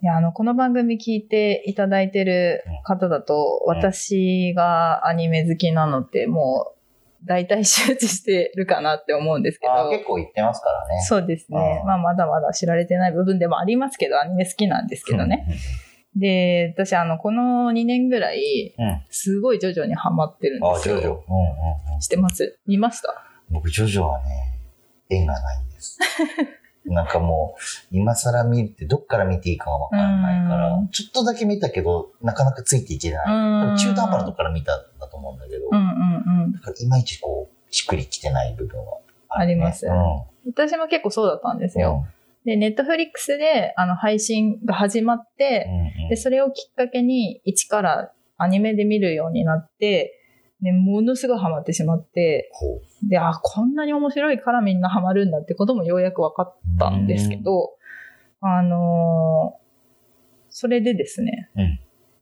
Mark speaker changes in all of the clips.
Speaker 1: いや、あの、この番組聞いていただいてる方だと、
Speaker 2: うん
Speaker 1: 私がアニメ好きなのってもう、大体周知してるかなって思うんですけ
Speaker 2: あ
Speaker 1: ど
Speaker 2: ー。結構言ってますからね。
Speaker 1: そうですね。
Speaker 2: うん
Speaker 1: まあ、まだまだ知られてない部分でもありますけど、アニメ好きなんですけどね。で、私、あの、この2年ぐらい、
Speaker 2: うん。うん。あ
Speaker 1: すごい徐々にハマってるんで
Speaker 2: ー、
Speaker 1: す
Speaker 2: ジ
Speaker 1: よ。
Speaker 2: ョジョ。うんうんうん。
Speaker 1: してます見ました
Speaker 2: 僕、ジョジョはね、縁がないん です。なんかもう、今更見るって、どっから見ていいかがわからないから
Speaker 1: うん、
Speaker 2: ちょっとだけ見たけど、なかなかついていけない。多
Speaker 1: う
Speaker 2: 分
Speaker 1: ん。
Speaker 2: 中途半端なとこから見たんだと思うんだけど、
Speaker 1: うん
Speaker 2: だ
Speaker 1: うんうん。
Speaker 2: からいまいちこう、しっくりきてない部分はるね
Speaker 1: あります
Speaker 2: うん。
Speaker 1: 私も結構そうだったんですよ。で、ネットフリックスで、あの、配信が始まって、
Speaker 2: うんうん
Speaker 1: で、それをきっかけに、一からアニメで見るようになって、で、ものすごいハマってしまって、
Speaker 2: こう
Speaker 1: で、あ、こんなに面白いからみんなハマるんだってこともようやく分かったんですけど、あのーそれでですね、
Speaker 2: うん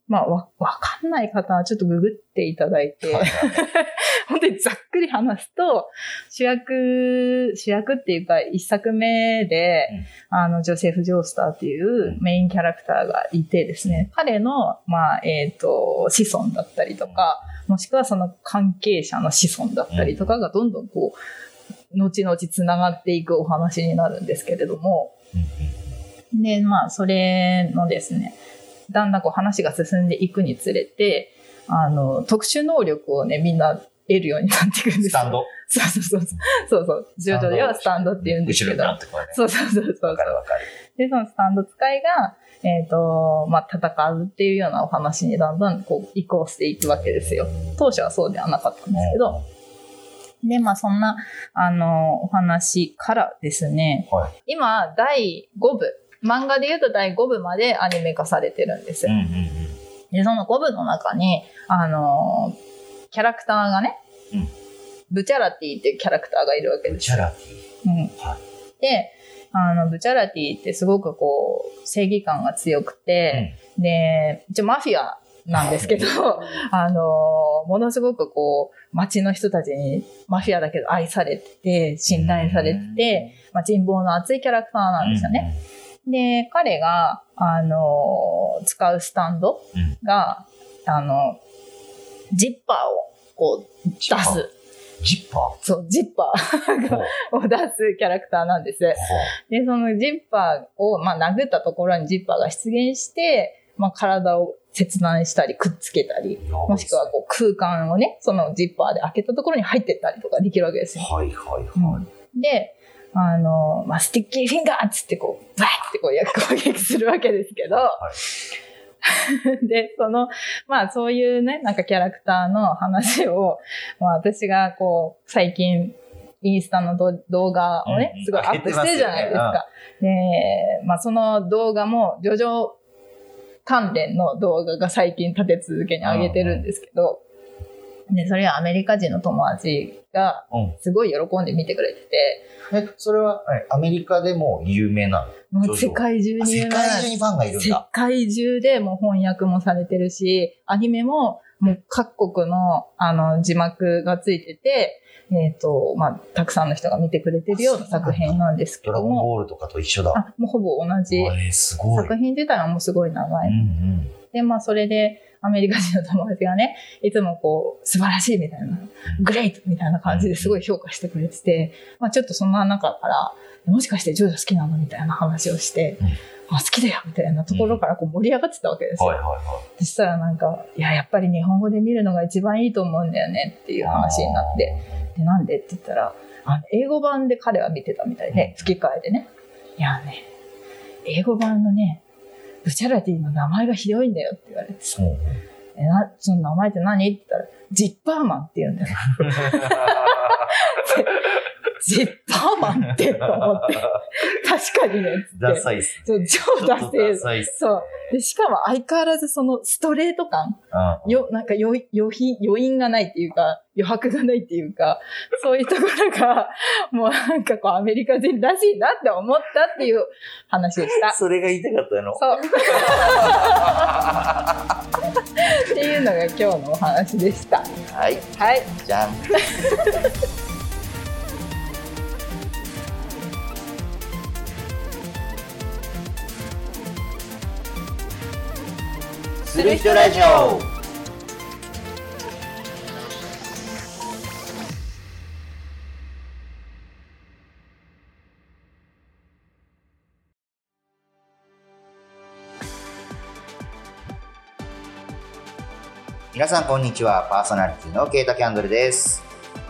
Speaker 1: まあ、わ、わかんない方はちょっとググっていただいて、 本当にざっくり話すと、主役、主役っていうか一作目で、あの、ジョセフ・ジョースターっていうメインキャラクターがいてですね、彼の、まあ、えっ、と、子孫だったりとか、もしくはその関係者の子孫だったりとかがどんどんこう、後々つながっていくお話になるんですけれども、
Speaker 2: うんうん
Speaker 1: で、まあ、それのですね、だんだんこう話が進んでいくにつれて、あの、特殊能力をね、みんな得るようになっていくんですよ
Speaker 2: スタンド
Speaker 1: そうそうそうそう。そうそう。ジョジョではスタンドって言うんです
Speaker 2: 後
Speaker 1: け
Speaker 2: ろ
Speaker 1: ど
Speaker 2: に。なってこれね。
Speaker 1: そうそうそうそ
Speaker 2: わ
Speaker 1: う
Speaker 2: か。るわかる。
Speaker 1: で、そのスタンド使いが、えっ、と、まあ、戦うっていうようなお話にだんだんこう移行していくわけですよ。当初はそうではなかったんですけど。で、まあ、そんな、あの、お話からですね、
Speaker 2: は
Speaker 1: 今、第5部、漫画で言うと第5部までアニメ化されてるんです
Speaker 2: うん
Speaker 1: よ。
Speaker 2: うんうん。
Speaker 1: で、その5部の中に、あの、キャラクターがね、
Speaker 2: うん
Speaker 1: ブチャラティっていうキャラクターがいるわけ
Speaker 2: ブ
Speaker 1: です
Speaker 2: チャラティ。
Speaker 1: うん
Speaker 2: は
Speaker 1: であのブチャラティってすごくこう正義感が強くて、で一応マフィアなんですけど あのものすごくこう町の人たちにマフィアだけど愛されてて信頼されてて、まあ、人望の厚いキャラクター
Speaker 2: う
Speaker 1: なん
Speaker 2: ん、
Speaker 1: ですよね。で、彼が、あのー使うスタンドが、あの、ジッパーをこう
Speaker 2: うん。出
Speaker 1: 出す。。
Speaker 2: ジッパー。
Speaker 1: そう、ジッパ
Speaker 2: ほうほ
Speaker 1: ーを出すキャラクターなんです。で、そのジッパーを、まあ、殴ったところにジッパーが出現して、まあ、体を切断したり、くっつけたり、
Speaker 2: う
Speaker 1: もしくはこう空間をね、そのジッパーで開けたところに入ってったりとかできるわけですよ。
Speaker 2: はいはいはい。
Speaker 1: で、あの、まあ、スティッキーフィンガーっつってこう、バーってこうや攻撃するわけですけど、 で、その、まあそういうね、なんかキャラクターの話を、 まあ私がこう、最近、インスタのど動画をね
Speaker 2: うんう、ん
Speaker 1: すごいアップしてるじゃないですか。で、まあその動画も、ジョジョ関連の動画が最近立て続けに上げてるんですけど、で、それはアメリカ人の友達が
Speaker 2: うん、
Speaker 1: すごい喜んで見てくれてて、
Speaker 2: え、それは、はいアメリカでも有名なの
Speaker 1: も
Speaker 2: ジョ
Speaker 1: う
Speaker 2: ジョ
Speaker 1: 世界中
Speaker 2: あ
Speaker 1: に
Speaker 2: 世界中にファンがいるん
Speaker 1: 世
Speaker 2: だ。
Speaker 1: 界中でもう翻訳もされてるし、アニメももう各国のあの字幕がついてて、えっ、と、まあ、たくさんの人が見てくれてるような作品なんですけ
Speaker 2: ド
Speaker 1: ど
Speaker 2: ラゴン
Speaker 1: も、
Speaker 2: ボールとかと一緒だ。
Speaker 1: あ、もうほぼ同じ。
Speaker 2: あれ、すごい。
Speaker 1: 作品自体はもうすごい長
Speaker 2: うん
Speaker 1: い。
Speaker 2: うん。
Speaker 1: で、まあ、それで、アメリカ人の友達がね、いつもこう、素晴らしいみたいな、グレイトみたいな感じですごい評価してくれてて、まあ、ちょっとそんな中から、もしかしてジョジョ好きなのみたいな話をして、あ好きだよみたいなところからこう盛り上がってたわけですよ
Speaker 2: はいはいは
Speaker 1: そしたらなんか、いや、やっぱり日本語で見るのが一番いいと思うんだよねってい
Speaker 2: い。
Speaker 1: う話になって、。で、なんでって言ったら、あの英語版で彼は見てたみたいで、吹き替えでね。いやね、英語版のね、ブチャラティの名前がひどいんだよって言われてさ
Speaker 2: う、ん うん。
Speaker 1: え、な、その名前って何って言ったら、ジッパーマンって言うん だよ。ジッパーマンってと思って、 確かにね、つっ
Speaker 2: ダ
Speaker 1: て。
Speaker 2: サいっすね。
Speaker 1: そう超ダセ
Speaker 2: ちょっと
Speaker 1: ー
Speaker 2: ダサいっす。
Speaker 1: そう。で、しかも相変わらずそのストレート感
Speaker 2: うん
Speaker 1: よ、なんか余余韻、余韻がないっていうか、余白がないっていうか、そういうところが、 もうなんかこうアメリカ人らしいなって思ったっていう話でした。
Speaker 2: それが言いたかったの。
Speaker 1: そう。っていうのが今日のお話でした。
Speaker 2: はい、
Speaker 1: はい。
Speaker 2: じゃん。する人ラジオ皆さんこんにちはパーソナリティのケイタキャンドルです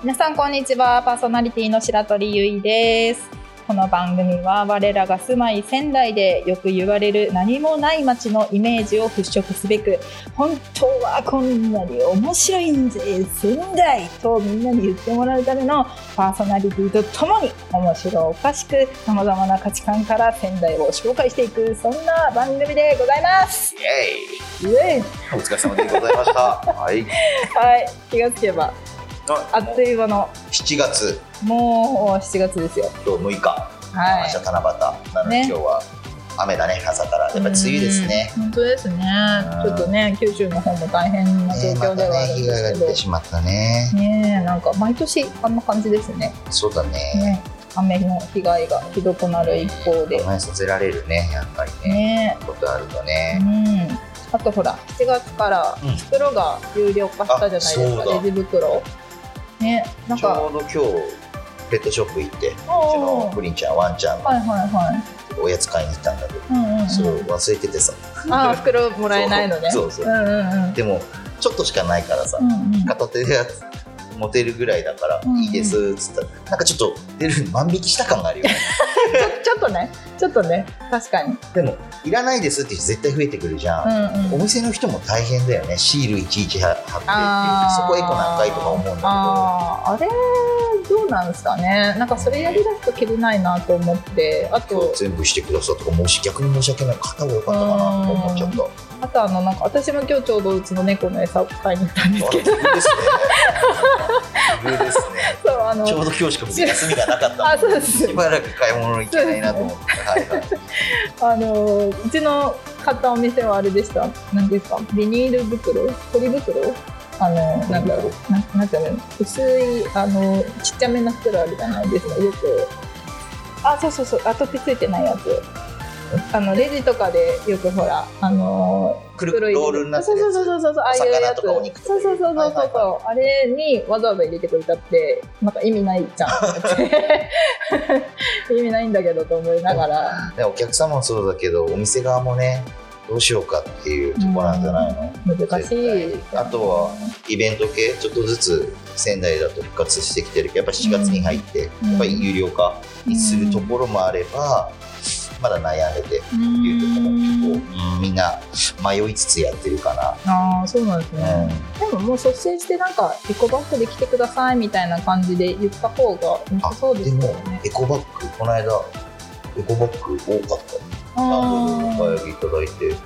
Speaker 1: 皆さんこんにちはパーソナリティの白鳥ゆいですこの番組は我らが住まい仙台でよく言われる何もない街のイメージを払拭すべく本当はこんなに面白いんぜ仙台とみんなに言ってもらうためのパーソナリティとともに面白おかしくさまざまな価値観から仙台を紹介していくそんな番組でございますイ
Speaker 2: イエ
Speaker 1: エイ
Speaker 2: ーイお疲れ様でございましたはい
Speaker 1: はい気がつけばあっという間の
Speaker 2: 7月
Speaker 1: もう7月ですよ
Speaker 2: 今日6日
Speaker 1: は
Speaker 2: 明
Speaker 1: い
Speaker 2: 日七夕なので、
Speaker 1: ね
Speaker 2: 今日は雨だね朝からやっぱり梅雨ですね
Speaker 1: うん。本当ですね。ち
Speaker 2: うん
Speaker 1: ょっとね、九州の方も大変な状
Speaker 2: ねま
Speaker 1: 況で
Speaker 2: た
Speaker 1: はあ
Speaker 2: ね
Speaker 1: るん
Speaker 2: 被
Speaker 1: で
Speaker 2: 害が
Speaker 1: す
Speaker 2: 出て
Speaker 1: け
Speaker 2: しまったね
Speaker 1: ど。ねえ、なんか毎年あんな感じですね。
Speaker 2: そうだね
Speaker 1: ね、雨の被害がひどくなる一方で。
Speaker 2: 甘えさせられるねやっぱりね
Speaker 1: ね
Speaker 2: ことあると
Speaker 1: え、
Speaker 2: ね、
Speaker 1: うん。あとほら、7月から
Speaker 2: うん
Speaker 1: 袋が有料化したじゃないです
Speaker 2: あそう
Speaker 1: か、
Speaker 2: だ
Speaker 1: レジ袋。ね、なん
Speaker 2: ちょ
Speaker 1: か、
Speaker 2: うど今日ペットショップ行ってうち
Speaker 1: お
Speaker 2: の
Speaker 1: ー
Speaker 2: プリンちゃんワンちゃんが
Speaker 1: はいはいはい。
Speaker 2: おやつ買いに行ったんだけど、
Speaker 1: うんうん、
Speaker 2: それを
Speaker 1: う
Speaker 2: 忘れててさ
Speaker 1: ん。ああ、袋もらえないのね。
Speaker 2: そうそ
Speaker 1: う
Speaker 2: うそうん
Speaker 1: うんうん。
Speaker 2: でもちょっとしかないからさ、
Speaker 1: うんうん
Speaker 2: 片手でやつ持てるぐらいだから、
Speaker 1: うん
Speaker 2: いいですっつったらなんかちょっと出る万引きした感があるよね
Speaker 1: ちょちょっとね、ちょっとね、確かに。
Speaker 2: でもいらないですって人絶対増えてくるじゃん、
Speaker 1: うんう
Speaker 2: お
Speaker 1: ん。
Speaker 2: 店の人も大変だよねシールいちいち貼貼ってっていうそこエコ何回とか思うんだけど
Speaker 1: あーあれどうなんですかねなんかそれやりだすと切れないなと思ってあと
Speaker 2: 全部してくださったとかもし逆に申し訳ない方が良かったかなとか思っちゃ った
Speaker 1: あとあのなんか私も今日ちょうどうちの猫の餌を買いに行ったんです
Speaker 2: あ
Speaker 1: け
Speaker 2: れ
Speaker 1: ど
Speaker 2: 奇遇ですね奇遇ですね
Speaker 1: そうあの
Speaker 2: ちょうど今日しか僕休みがなかった
Speaker 1: あそうです
Speaker 2: しばらく買い物行けないなと思ってはいはい
Speaker 1: あのうちの買ったお店はあれでした何ですかビニール袋ポリ袋あのなんだろうななんていうの薄いあのちっちゃめな袋あるじゃないですかよくあそうそうそう後手ついてないやつあのレジとかでよくほらあの
Speaker 2: くるロールになって
Speaker 1: そう
Speaker 2: るや
Speaker 1: そう
Speaker 2: つ
Speaker 1: そうそうそうああいうや
Speaker 2: 魚
Speaker 1: つ
Speaker 2: とかお肉とか
Speaker 1: そうそうそうそうそう、
Speaker 2: はいはい
Speaker 1: あれにわざわざ入れてくれたってなんか意味ない じゃんって意味ないんだけどと思いながら
Speaker 2: でお客様もそうだけどお店側もねどうしようかっていうとこなんじゃないの、
Speaker 1: 難しい
Speaker 2: 絶対あとはイベント系ちょっとずつ仙台だと復活してきてるけどやっぱ7月に入って、
Speaker 1: うん
Speaker 2: やっぱり有料化にするところもあれば、まだ悩んでてっていうところも結構、うんみんな迷いつつやってるか
Speaker 1: ああそうなんです
Speaker 2: な、
Speaker 1: ね、でももう率先してなんかエコバッグで来てくださいみたいな感じで言った方が良さそう
Speaker 2: うん、
Speaker 1: で
Speaker 2: です
Speaker 1: よ
Speaker 2: も
Speaker 1: ね
Speaker 2: エコバッグこの間エコバッグ多かった何度でお買い上げいただいて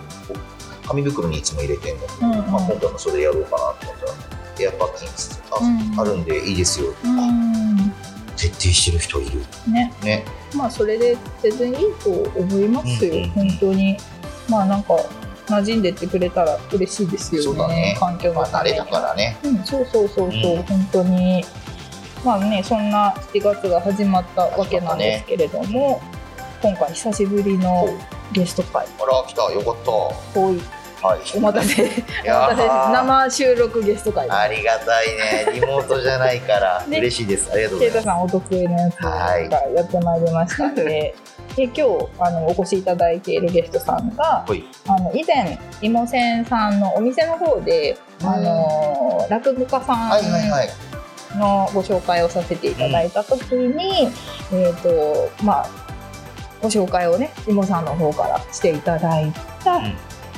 Speaker 2: 紙袋にいつも入れてんだけど、
Speaker 1: うんうん
Speaker 2: まあ、今度もそれやろうかなと思ったらエアパッキンつってあ,、
Speaker 1: うん
Speaker 2: あるんでいいですよ、
Speaker 1: うん
Speaker 2: あ
Speaker 1: う
Speaker 2: 徹底してる人いる
Speaker 1: んね
Speaker 2: ね
Speaker 1: まあそれで全然いいと思います
Speaker 2: うんうん
Speaker 1: よ本当にまあなんか馴染んでってくれたら嬉しいですよね
Speaker 2: そうだね
Speaker 1: 環境
Speaker 2: ま
Speaker 1: の
Speaker 2: あ、
Speaker 1: た
Speaker 2: 慣
Speaker 1: め
Speaker 2: れ
Speaker 1: に
Speaker 2: だからね。
Speaker 1: うん、そうそうそうそう、
Speaker 2: うん
Speaker 1: 本当にまあねそんな7月が始まったわけなんですけれども、今回久しぶりのゲスト会
Speaker 2: あら、来た、よかっ
Speaker 1: こうい
Speaker 2: た。はい。
Speaker 1: お待たせお
Speaker 2: いやー
Speaker 1: 待たせ生収録ゲスト会
Speaker 2: ありがたいね。リモートじゃないから、
Speaker 1: ね
Speaker 2: 嬉しいです。ありがとうご
Speaker 1: ケイタ
Speaker 2: ざい
Speaker 1: さ
Speaker 2: ま
Speaker 1: んお得意のやつがやってまいりましたの でで今日あのお越しいただいているゲストさんが
Speaker 2: す。はい。
Speaker 1: あの以前いもせんさんのお店の方で、
Speaker 2: うん
Speaker 1: あの落語家さん、
Speaker 2: はいはいはい。
Speaker 1: のご紹介をさせていただいた時に、えっ、とまあご紹介をねいもさんの方からしていただいた、
Speaker 2: ん
Speaker 1: え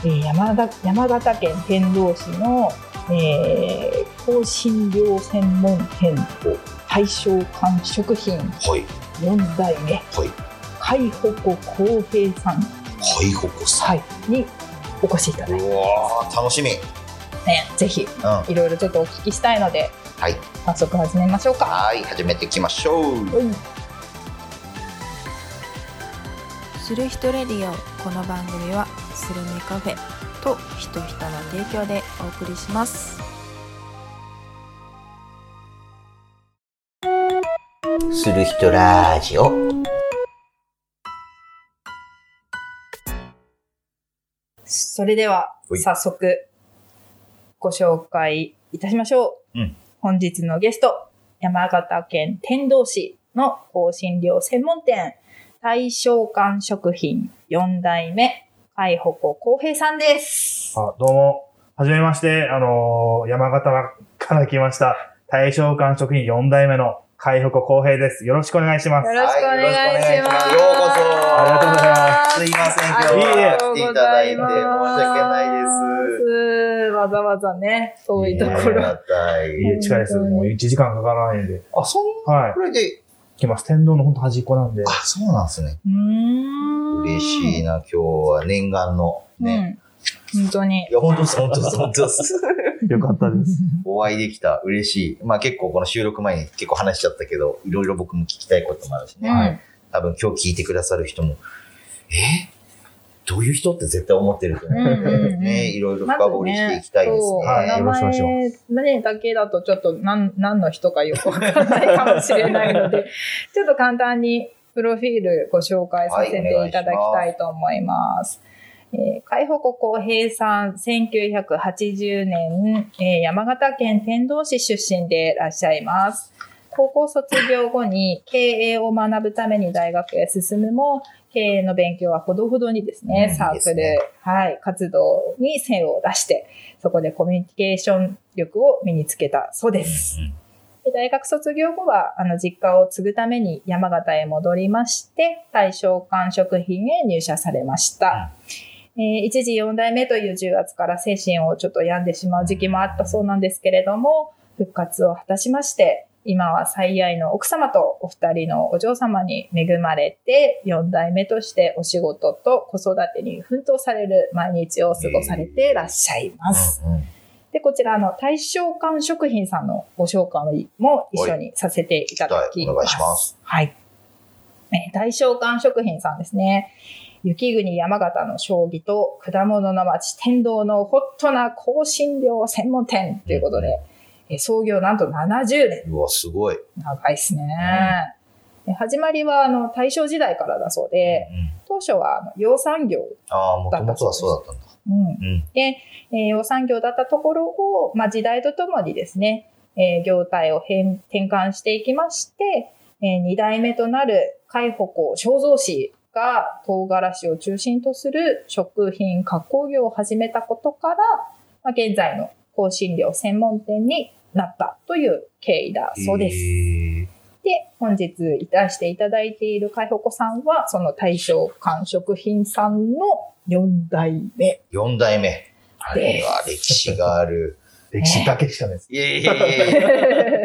Speaker 1: ー山田山形県天童市の、えー、香辛料専門店
Speaker 2: お
Speaker 1: 大正館食品
Speaker 2: はい。
Speaker 1: 4代目
Speaker 2: はい。
Speaker 1: 海保子康平さん、
Speaker 2: はい、ここさ。
Speaker 1: はい、にお越しいただいて、ね、
Speaker 2: うわー、楽しみ。うん。
Speaker 1: ぜひ
Speaker 2: はい
Speaker 1: ろいろちょっとお聞きしたいので
Speaker 2: い。
Speaker 1: 早速始めましょうか。
Speaker 2: はい、始めていきましょう。
Speaker 1: はい
Speaker 3: する人レディオこの番組はスルメカフェと人人の提供でお送りします
Speaker 2: する人ラジオ。
Speaker 1: それでは
Speaker 2: ほい
Speaker 1: 早速ご紹介いたしましょう。
Speaker 2: うん
Speaker 1: 本日のゲスト、山形県天童市の香辛料専門店、大正館食品4代目、海保子康平さんです。
Speaker 4: あ、どうも。はじめまして、あのー山形から来ました、大正館食品4代目の海北公平です。よろしくお願いします
Speaker 1: よ。ろしくお願いします。
Speaker 2: はいよろしくお願いしますようこそ
Speaker 4: ありがとうございます
Speaker 2: いません、今
Speaker 1: あ
Speaker 2: 日
Speaker 1: り
Speaker 2: は
Speaker 1: がとう
Speaker 2: 来て
Speaker 1: ご
Speaker 2: いただ
Speaker 1: ざ
Speaker 2: いて、
Speaker 1: い
Speaker 2: 申し
Speaker 1: ます
Speaker 2: 訳ないです。
Speaker 1: わざわざね、遠いとこ
Speaker 2: ねえあ
Speaker 1: ろ。
Speaker 2: りがたい
Speaker 4: 家近いです。もう1時間かからないんで。
Speaker 2: あ、そん
Speaker 4: は
Speaker 2: これで、
Speaker 4: い。来ます。天童のほんと端っこなんで。
Speaker 2: あ、そうなんですね。
Speaker 1: うーん
Speaker 2: 嬉しいな、今日は念願の。ね。
Speaker 1: うん。本当に
Speaker 2: い。や、本当です、本当です、本当です。
Speaker 4: よかったです。
Speaker 2: お会いできた、嬉しい。まあ結構この収録前に結構話しちゃったけど、いろいろ僕も聞きたいこともあるしね。
Speaker 1: うん
Speaker 2: 多分今日聞いてくださる人も、えどういう人って絶対思ってると
Speaker 1: うん
Speaker 2: 思う。
Speaker 1: うんうん
Speaker 2: ね、いろいろ深掘りしていきたいですね。
Speaker 1: まずねそう
Speaker 4: はいよろしくお
Speaker 1: 名
Speaker 4: 願
Speaker 1: 前だけだとちょっと何何の人かよくわかんないかもしれないの で、ちょっと簡単にプロフィールご紹介させていただきたいと思います。えー海保子康平さん、1980年、えー山形県天童市出身でいらっしゃいます。高校卒業後に経営を学ぶために大学へ進むも、経営の勉強はほどほどにですね、
Speaker 2: うん
Speaker 1: サークル、
Speaker 2: いいです
Speaker 1: はい、活動に線を出して、そこでコミュニケーション力を身につけたそうです。
Speaker 2: うん
Speaker 1: で大学卒業後は、あの、実家を継ぐために山形へ戻りまして、大正館食品へ入社されました。えー一時4代目という重圧から精神をちょっと病んでしまう時期もあったそうなんですけれども、復活を果たしまして、今は最愛の奥様とお二人のお嬢様に恵まれて、4代目としてお仕事と子育てに奮闘される毎日を過ごされていらっしゃいます。
Speaker 2: うんうん
Speaker 1: で、こちら、あの、大正館食品さんのご紹介も一緒にさせていただきます。
Speaker 2: はいお願いします
Speaker 1: はい。えー大正館食品さんですね。雪国山形の将棋と果物の町天童のホットな香辛料専門店ということで、えー創業なんと70年。
Speaker 2: うわ、すごい。
Speaker 1: 長いですね。で始まりは、あの、大正時代からだそうで、
Speaker 2: うん
Speaker 1: 当初は、あの養蚕業
Speaker 2: ああ、もともとはそうだったんだ。
Speaker 1: うん
Speaker 2: うん
Speaker 1: で、えー、養蚕業だったところを、まあ、時代とともにですね、えー業態を変転換していきまして、え2代目となる海保港正蔵氏が唐辛子を中心とする食品加工業を始めたことから、まあ、現在の香辛料専門店になったという経緯だそうです。
Speaker 2: へ
Speaker 1: で、本日いたしていただいている海保子さんは、その大正館食品さんの4代目。
Speaker 2: ー、4代目。
Speaker 1: です
Speaker 2: うわ歴史が ある。
Speaker 4: 歴史だけしかないです。
Speaker 2: いえいえいえい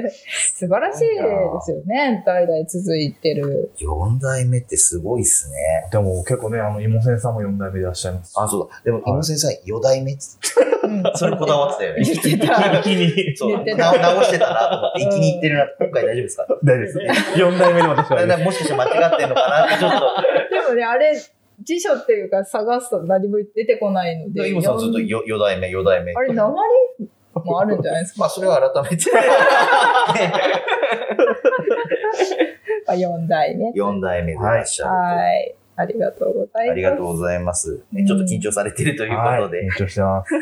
Speaker 2: え。
Speaker 1: 素晴らしいですよね。代々続いてる。
Speaker 2: 4代目ってすごいっすね。
Speaker 4: でも結構ね、あの、芋先さんも4代目でいらっしゃいます。
Speaker 2: あ、そうだ。でも、
Speaker 4: い
Speaker 2: 今先生、4代目って
Speaker 1: うん
Speaker 2: それこだわってたよね。
Speaker 1: 言ってた。
Speaker 4: 一気に。
Speaker 2: そう、
Speaker 1: 言って
Speaker 2: な
Speaker 1: た
Speaker 2: 直してたなと思って、一気にいってるなって、今回大丈夫ですか
Speaker 4: 大丈夫です。4代目で私は
Speaker 2: だ
Speaker 4: い
Speaker 2: ん
Speaker 4: ま
Speaker 2: だ
Speaker 4: す。
Speaker 2: んもしかして間違ってんの かなって、ちょっ
Speaker 1: でもね、あれ、辞書っていうか探すと何も出てこないの
Speaker 2: と。
Speaker 1: で。
Speaker 2: イモさんずっとよ4代目、4代目。
Speaker 1: あれ、鉛もあるんじゃないです
Speaker 2: まあ、それは改め て。
Speaker 1: か。4代目。
Speaker 2: 4代目でいらっしゃる。
Speaker 1: はい。ありがとうございます。
Speaker 2: ありがとうございます。ねちょっと緊張されてるということで。
Speaker 4: はい緊張してます。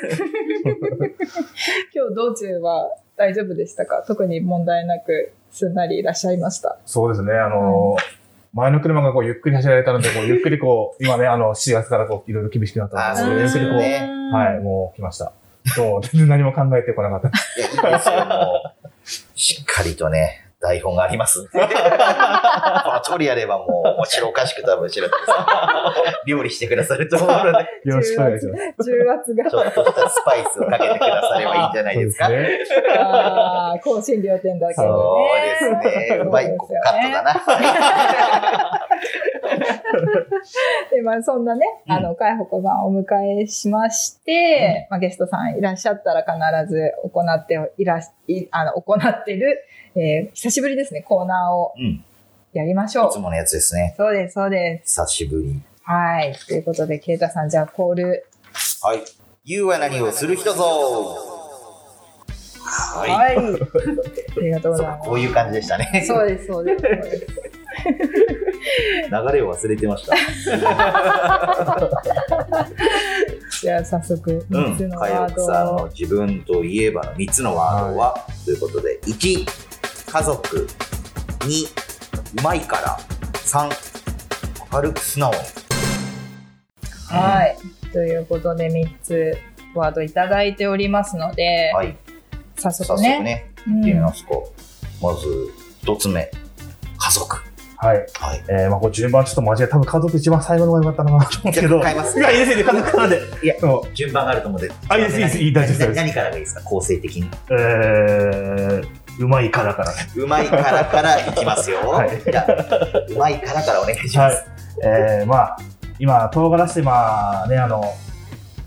Speaker 1: 今日道中は大丈夫でしたか特に問題なくすんなりいらっしゃいました。
Speaker 4: そうですね、あのー前の車がこうゆっくり走られたので、こうゆっくりこう、今ね、あの、4月からこう、いろいろ厳しくなったので、
Speaker 2: あそうです
Speaker 4: ゆっ
Speaker 2: よ
Speaker 4: くりこ
Speaker 2: ね
Speaker 4: う、はい、もう来ました。もう全然何も考えてこなか った。
Speaker 2: いや、いいですよ、もう。しっかりとね、台本があります。 この通りやればもう、面白おかしく多分、白田さん。料理してくださると思うので、
Speaker 4: よろしくお願いします。
Speaker 1: 重圧が
Speaker 2: ちょっとしたスパイスをかけてくださればいいんじゃない
Speaker 4: そう
Speaker 2: で
Speaker 4: ですす
Speaker 2: か。
Speaker 4: ね。
Speaker 1: あー香辛料店だけど
Speaker 2: そう
Speaker 1: ね。
Speaker 2: ですね。うまい、ここカットだな。
Speaker 1: で、まあ、そんなね、
Speaker 2: うん
Speaker 1: あの、海保子さんをお迎えしまして、まあ、ゲストさんいらっしゃったら必ず行っていらし、いあの、行ってる、えー久しぶりですね、コーナーを
Speaker 2: うん。い
Speaker 1: やりましょう
Speaker 2: つ。ものやつですね。
Speaker 1: そうです、そうです。
Speaker 2: 久しぶり。
Speaker 1: はい。ということで、ケイタさん、じゃあ、コール。
Speaker 2: はい。言うは何をする人ぞは
Speaker 1: はい。ありがとうご
Speaker 2: い。
Speaker 1: ざい
Speaker 2: そうか
Speaker 1: ま
Speaker 2: こういう感じでしたね
Speaker 1: す。。 そうです、そうです。そうです
Speaker 2: 流れを忘れてました。
Speaker 1: じゃあ早速
Speaker 2: う
Speaker 1: 3
Speaker 2: ん
Speaker 1: つの
Speaker 2: かよ
Speaker 1: ワー
Speaker 2: く
Speaker 1: ド
Speaker 2: さん
Speaker 1: を、
Speaker 2: の自分といえばの3つのワードは、ということで1家族2うまいから3明るく素直に
Speaker 1: はいということで3つワードいただいておりますので、
Speaker 2: はい
Speaker 1: 早
Speaker 2: 早
Speaker 1: 速
Speaker 2: 速
Speaker 1: ね
Speaker 2: ね
Speaker 1: う
Speaker 2: 行ってみ
Speaker 1: ん
Speaker 2: ますか、まず1つ目家族
Speaker 4: はい。
Speaker 2: はい
Speaker 4: えー、まあこれ順番ちょっと間違え、多分家族一番最後の方が良かったな と思うんですけど。
Speaker 2: 変えます
Speaker 4: いや、いいですよ、家族からで。
Speaker 2: いや
Speaker 4: そ
Speaker 2: 順番があると思うんで
Speaker 4: あいいですいいですいい大丈夫です
Speaker 2: 何何からがいいですか構成的に
Speaker 4: う。えー、うまいからからね。
Speaker 2: うまいからからいきますよ、
Speaker 4: はい
Speaker 2: じゃあうまいからからお願いします、
Speaker 4: えー、まあ、今、唐辛子ってまあね、あの、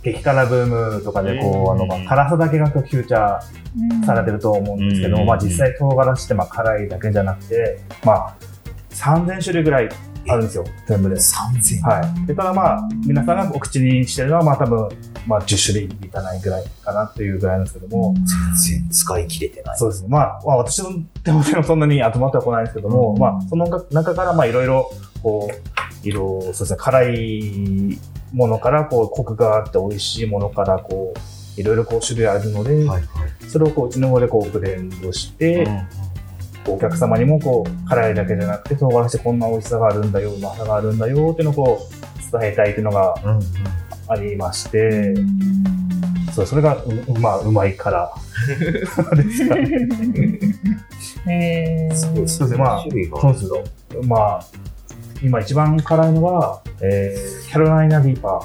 Speaker 4: 激辛ブームとかで、こう、あの、まあ、辛さだけがこうフューチャーされてると思うんですけど、
Speaker 2: うん
Speaker 4: まあ実際唐辛子ってまあ辛いだけじゃなくて、まあ、3000種類ぐらいあるんですよ、全部で。
Speaker 2: 3000
Speaker 4: はい。で、ただまあ、皆さんがお口にしてるのは、まあ多分、まあ10種類いかないぐらいかなっていうぐらいなんですけども、
Speaker 2: 全然使い切れてない
Speaker 4: そうですね。まあ、まあ、私の手元にもそんなに集まってはこないんですけども、まあ、その中から、まあ、いろいろ、こう、色、そうですね、辛いものから、こう、コクがあって、美味しいものから、こう、いろいろこう、種類あるので、
Speaker 2: はい
Speaker 4: それをこう、うちの方でこう、ブレンドして、お客様にもこう辛いだけじゃなくて唐辛子こんな美味しさがあるんだようまさがあるんだよっていうのをこう伝えたいっていうのが
Speaker 2: うんうん
Speaker 4: ありましてそうそれがううまうまいから ですかね
Speaker 1: えー
Speaker 2: そうです
Speaker 4: そうですねまあ
Speaker 2: 種類が
Speaker 4: そうですよまあ今一番辛いのが、えーキャロライナリーパー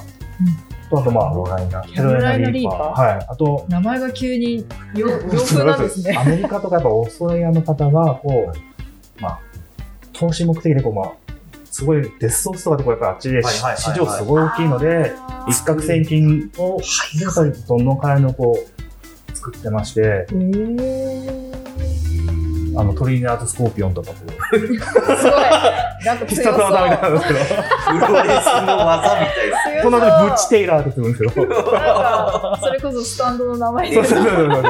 Speaker 4: とあとまあ
Speaker 2: ロライナ
Speaker 4: キャロライナリー
Speaker 1: キャロ
Speaker 4: パ
Speaker 1: ライナリー
Speaker 4: ーはいあと
Speaker 1: 名前が急に 洋洋風なんですね
Speaker 4: アメリカとかやっぱオーストラリアの方が、こう、まあ、投資目的でこう、まあ、すごいデスソースとかでこうやっぱあっちで
Speaker 2: はいはいはいはい
Speaker 4: 市場すごい大きいので、一攫千金を、やっぱりどんどん金のこう、作ってまして、
Speaker 1: えー
Speaker 4: あの、トリニダードスコーピオンとかこう、
Speaker 1: す ごいなんか強そ
Speaker 4: 必殺
Speaker 1: う
Speaker 4: 技みたいなんですけ
Speaker 2: プロレスの技みたいです
Speaker 1: 強そ
Speaker 4: ど、その
Speaker 1: う
Speaker 4: 後にブッチテイラーってするんですけど、
Speaker 1: なんかそれこそスタンドの名前
Speaker 4: そう
Speaker 1: で
Speaker 4: そうそうそうそう。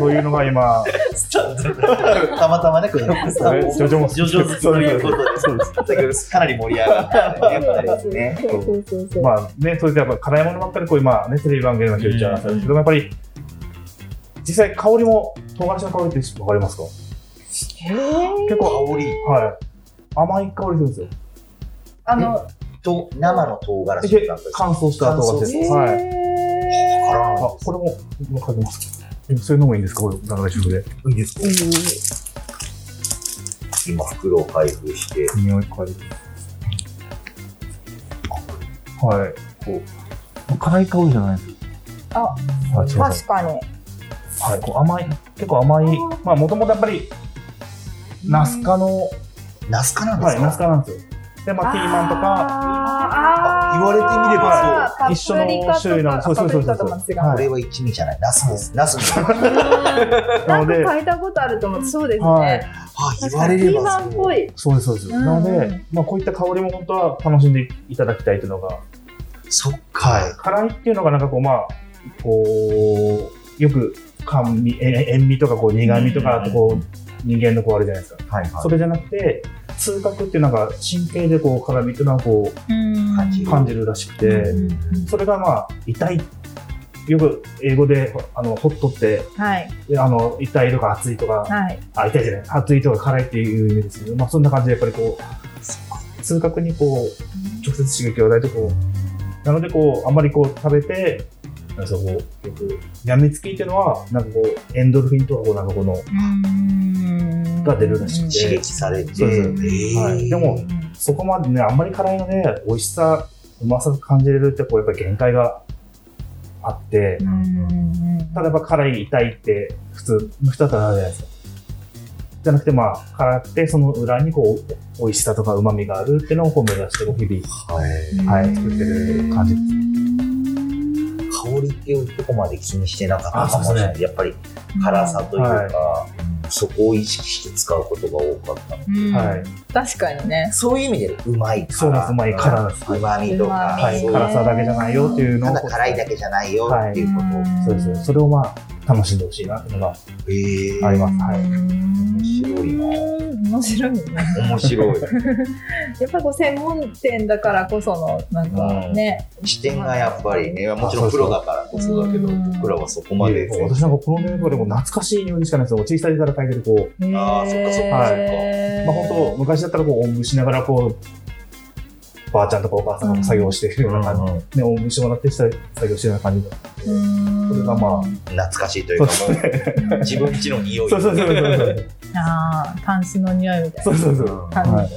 Speaker 4: そういうのが今、
Speaker 2: たまたまね、これ、ジョ
Speaker 4: ジョジョも
Speaker 2: ジョジョ好きということで
Speaker 4: そうです。
Speaker 2: かなり盛り上がったよね、ですね。
Speaker 1: そうそうそうそう
Speaker 4: まあね、そういったやっぱ辛いものばっかりこう今ね、テレビ番組のフューチャーされてるけど、やっぱり、実際香りも、唐辛子の香りってわかりますか
Speaker 1: えー
Speaker 4: 結構、
Speaker 2: 香り
Speaker 4: はい。甘い香りするんですよ。
Speaker 1: あの
Speaker 2: と生の唐辛子
Speaker 4: で
Speaker 2: なんです。
Speaker 4: 乾燥した唐辛子です。はい。
Speaker 1: え
Speaker 2: あら
Speaker 4: あ、これもわかりますかそういうのもいいんですかこれ、流れ中で。
Speaker 2: いいですか
Speaker 1: ー
Speaker 2: 今、袋を開封して、
Speaker 4: 匂い嗅いで。はい。こう、辛い香りじゃないです
Speaker 1: あ
Speaker 4: あ、違います。
Speaker 1: 確かに
Speaker 4: はい、こう甘い、結構甘い、まあ、もともとやっぱり、ナス科の、
Speaker 2: ナスカなんです
Speaker 4: はい、
Speaker 2: か、
Speaker 4: ナス科なんですよ。で、まあ、ピーマンとか、
Speaker 1: か
Speaker 2: 言われてみれば
Speaker 4: そう一緒の種類なん
Speaker 1: そう
Speaker 4: そう
Speaker 1: パ
Speaker 4: そう
Speaker 1: プ
Speaker 4: そ
Speaker 1: リカと
Speaker 4: うそう
Speaker 1: も違う
Speaker 4: は
Speaker 2: これは一味じゃない、ナスです。ナスの。
Speaker 1: な
Speaker 4: な
Speaker 1: ん
Speaker 4: の
Speaker 1: か
Speaker 4: で、
Speaker 1: 書いたことあると思うそうです
Speaker 4: はい
Speaker 1: ね
Speaker 2: あ、言
Speaker 1: 確
Speaker 2: わ
Speaker 1: か
Speaker 2: れ
Speaker 1: にピ
Speaker 2: れ
Speaker 1: ー
Speaker 2: ば
Speaker 1: マ
Speaker 2: そ
Speaker 1: ン
Speaker 2: う
Speaker 1: っぽい
Speaker 4: そうです、そうです。
Speaker 1: うん
Speaker 4: なので、まあ、こういった香りも本当は楽しんでいただきたいというのが、
Speaker 2: そっか。
Speaker 4: 辛いっていうのがなんかこう、まあ、こう、よく甘味、え塩味とかこう苦味とかあってこう、人間のこうあれじゃないですか。
Speaker 2: はいは
Speaker 4: それじゃなくて、痛覚っていうなんか神経でこう辛味っていうのはこ
Speaker 2: 感じ
Speaker 4: う感じるらしくて、
Speaker 1: うん
Speaker 4: それがまあ痛いよく英語であのホットって
Speaker 1: はい
Speaker 4: であの痛いとか熱いとか
Speaker 1: はい
Speaker 4: あ痛いじゃない熱いとか辛いっていう意味ですけど、まあ、そんな感じでやっぱりこう痛覚にこう直接刺激を与えてこうなのでこうあんまりこう食べてなんかそうこうよくやみつきっていうのはなんかこうエンドルフィンとかこうなんかこのが出るらしく
Speaker 2: 刺
Speaker 4: て
Speaker 2: 激されて。
Speaker 4: そうです
Speaker 2: へー
Speaker 4: はいでもそこまでねあんまり辛いので美味しさうまさ感じれるってこうやっぱり限界があって。ただやっぱ辛い、痛いって普通の人だったらあるじゃないですか。じゃなくてまあ、辛くてその裏にこう、美味しさとか旨味があるっていうのをこう目指してこう日
Speaker 2: はい
Speaker 4: 々、はい、作ってる感じです。
Speaker 2: 香りっていうとこまで気にしてなかったかもし
Speaker 4: あそう
Speaker 2: れ
Speaker 4: で
Speaker 2: な
Speaker 4: す
Speaker 2: い。やっぱり辛さというか
Speaker 4: は、
Speaker 2: うんそこを意識して使うことが多かったの
Speaker 4: はい。
Speaker 1: 確かにね
Speaker 2: そういう意味でうまいから。
Speaker 4: そうですうまいからです
Speaker 2: うまみとか、
Speaker 1: は
Speaker 4: はいい。
Speaker 2: そう
Speaker 4: 辛さだけじゃないよっていうの
Speaker 2: た
Speaker 4: を。
Speaker 2: だ辛いだけじゃないよっていうことを。
Speaker 4: そうです。それをまあ、楽しんでほしいなっていうのが
Speaker 2: えー
Speaker 4: あります。はい。
Speaker 1: 面
Speaker 2: 白いな
Speaker 1: 面白いね。
Speaker 2: 面白い。
Speaker 1: やっぱこう専門店だからこその、なんかね。
Speaker 2: 視点がやっぱりね、もちろんプロだからこそだけど、
Speaker 1: うん
Speaker 2: 僕らはそこまで
Speaker 4: で。私なんかこのメンバーでも懐かしい匂いしかないですよ。小さい時から嗅いでるこう、
Speaker 2: あーそっかそっかそっか
Speaker 1: へー
Speaker 4: まあ本当昔だったらこうおんぶしながらこうばあちゃんとかおばあさんが作業してるような感じ、
Speaker 2: 懐
Speaker 4: ねおんぶしてもらってした作業してるような感じで、それがまあ
Speaker 2: かしいというか、も
Speaker 4: そう
Speaker 2: う自分家の匂い。
Speaker 4: そうそうそうそう
Speaker 1: ああ、タンスの匂いみたい
Speaker 4: そうそうそうそう
Speaker 1: な感
Speaker 4: は
Speaker 1: じ。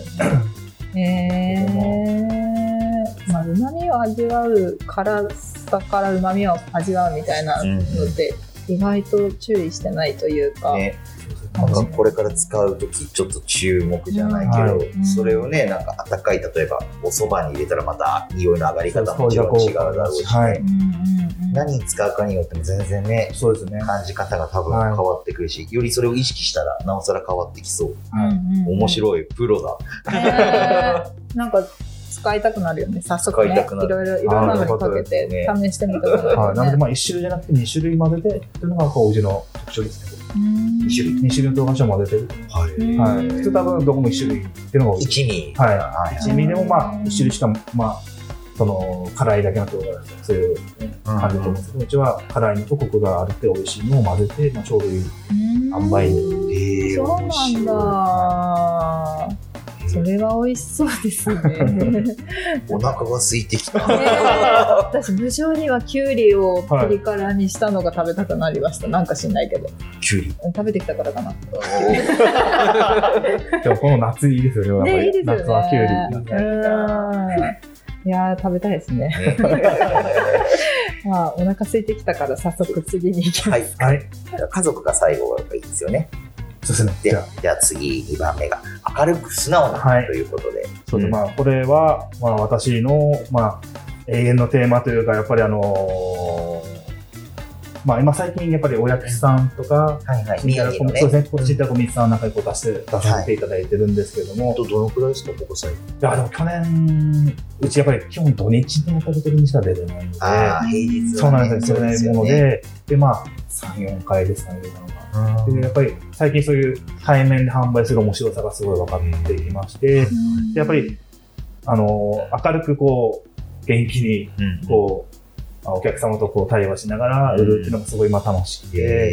Speaker 1: へーまあ、うまみを味わう辛さからうまみを味わうみたいな
Speaker 2: うん
Speaker 1: のって意外と注意してないというか、
Speaker 2: ね、なんかこれから使う時ちょっと注目じゃないけど、
Speaker 1: ん
Speaker 2: それをねなんか温かい例えばお蕎麦に入れたらまた匂いの上がり方も
Speaker 4: そ
Speaker 2: もちろん違うだろうし、
Speaker 4: は
Speaker 1: うんう
Speaker 4: い
Speaker 1: んうん
Speaker 2: 何に使うかによっても全然ね
Speaker 4: そうですね
Speaker 2: 感じ方が多分
Speaker 4: はい
Speaker 2: 変わってくるし、よりそれを意識したらなおさら変わってきそう
Speaker 1: うんうんうん
Speaker 2: 面白いプロだ
Speaker 1: ねえなんか使いたくなるよね早速ね
Speaker 2: 使いたくないる
Speaker 1: ろいろいろんなのにかけて
Speaker 2: なるほ
Speaker 1: 試してみたくなる
Speaker 4: はい、なので
Speaker 1: よね
Speaker 4: まあ1種類じゃなくて2種類混ぜてというのがこううちの特徴ですね
Speaker 1: うん
Speaker 2: 一種類
Speaker 4: 2種類の唐辛子を混ぜてる、
Speaker 2: は
Speaker 1: うん
Speaker 4: はい、普通多分どこも1種類っていうのが多い
Speaker 2: 一味
Speaker 4: はい
Speaker 2: はい
Speaker 4: 一味でもまあ一種類しかまあその辛いだけの唐辛子とかそういう感じだと思うんですけど、うちは辛いのとコクがあるって美味しいのを混ぜて、まあ、ちょうどいい塩梅
Speaker 1: うん
Speaker 2: えー
Speaker 1: そうなんだ
Speaker 2: 面
Speaker 1: そ
Speaker 2: 白い
Speaker 1: れは美味しそうですね
Speaker 2: お腹が空いてき た
Speaker 1: ねえ私無性にはキュウリをピリ辛にしたのが食べたくなりました、なんか知んないけど
Speaker 2: きゅうり
Speaker 1: 食べてきたからかな
Speaker 4: でもこの夏いいですよねやっ
Speaker 1: ね
Speaker 4: ぱり
Speaker 1: いいですよね
Speaker 4: 夏はきゅうり
Speaker 1: うんいやー食べたいですねまあお腹空いてきたから早速次に行きま
Speaker 2: は
Speaker 1: す
Speaker 2: い
Speaker 4: はい
Speaker 2: 家族が最後がやっぱいいですよね
Speaker 4: そうですね
Speaker 2: で
Speaker 4: じゃあ
Speaker 2: じゃあ次2番目が明るく素直な
Speaker 4: はい
Speaker 2: ということで、
Speaker 4: そうです
Speaker 2: うん
Speaker 4: まあこれは、まあ、私の、まあ、永遠のテーマというかやっぱりあのーまあ今最近やっぱりお薬師さんとか
Speaker 2: はいはい
Speaker 4: 新
Speaker 2: 宮
Speaker 4: 田
Speaker 2: 城
Speaker 4: 小道
Speaker 2: の
Speaker 4: そう
Speaker 2: ね
Speaker 4: ですねこっち新田小道さんなんかにこう出して出させていただいてるんですけれども、
Speaker 2: どのくらいですかここ最近
Speaker 4: いやでも去年うちやっぱり基本土日に当たる時にしか出てないので
Speaker 2: ああ平日
Speaker 4: そ
Speaker 2: は
Speaker 4: うな
Speaker 2: ね
Speaker 4: んですよね
Speaker 2: そう
Speaker 4: もの
Speaker 2: ですよね
Speaker 4: ででまあ34回ですかね出たのが
Speaker 2: うん
Speaker 4: でやっぱり最近そういう対面で販売する面白さがすごい分かってきまして、でやっぱりあの明るくこう元気に
Speaker 2: うん
Speaker 4: こうお客様とこう対話しながら売るっていうのがすごい今楽しくて、
Speaker 2: へ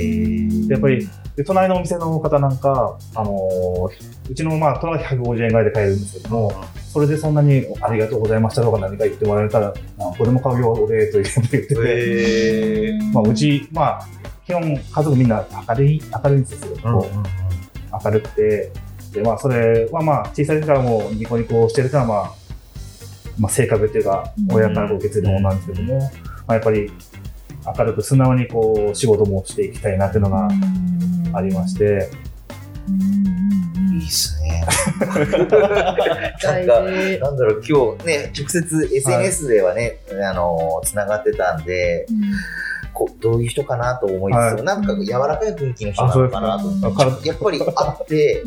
Speaker 4: でやっぱりで隣のお店の方なんか、あのうちの、まあ、隣150円ぐらいで買えるんですけども、それでそんなにありがとうございましたとか何か言ってもらえたら、あこれも買うよ、お礼というふうに言ってて、
Speaker 2: へー
Speaker 4: まあ、うち、まあ、基本家族みんな明るい、明るいんですよ。こう明るくて、で、まあ、それはまあ、小さい時からもうニコニコしてるから、まあ、まあ、性格っていうか
Speaker 1: う、ん
Speaker 4: 親からこう受け継いだものなんですけども、まあ、やっぱり明るく素直にこう、仕事もしていきたいなっていうのがありまして、
Speaker 2: いいっすねなんか
Speaker 1: 大事
Speaker 2: なんだろう今日ね直接 SNS ではね、あのつながってたんでこうどういう人かなと思いつつも、
Speaker 4: はい
Speaker 2: なんか柔らかい雰囲気の人なのかなと
Speaker 1: あそうです
Speaker 4: かあ
Speaker 2: やっぱりあって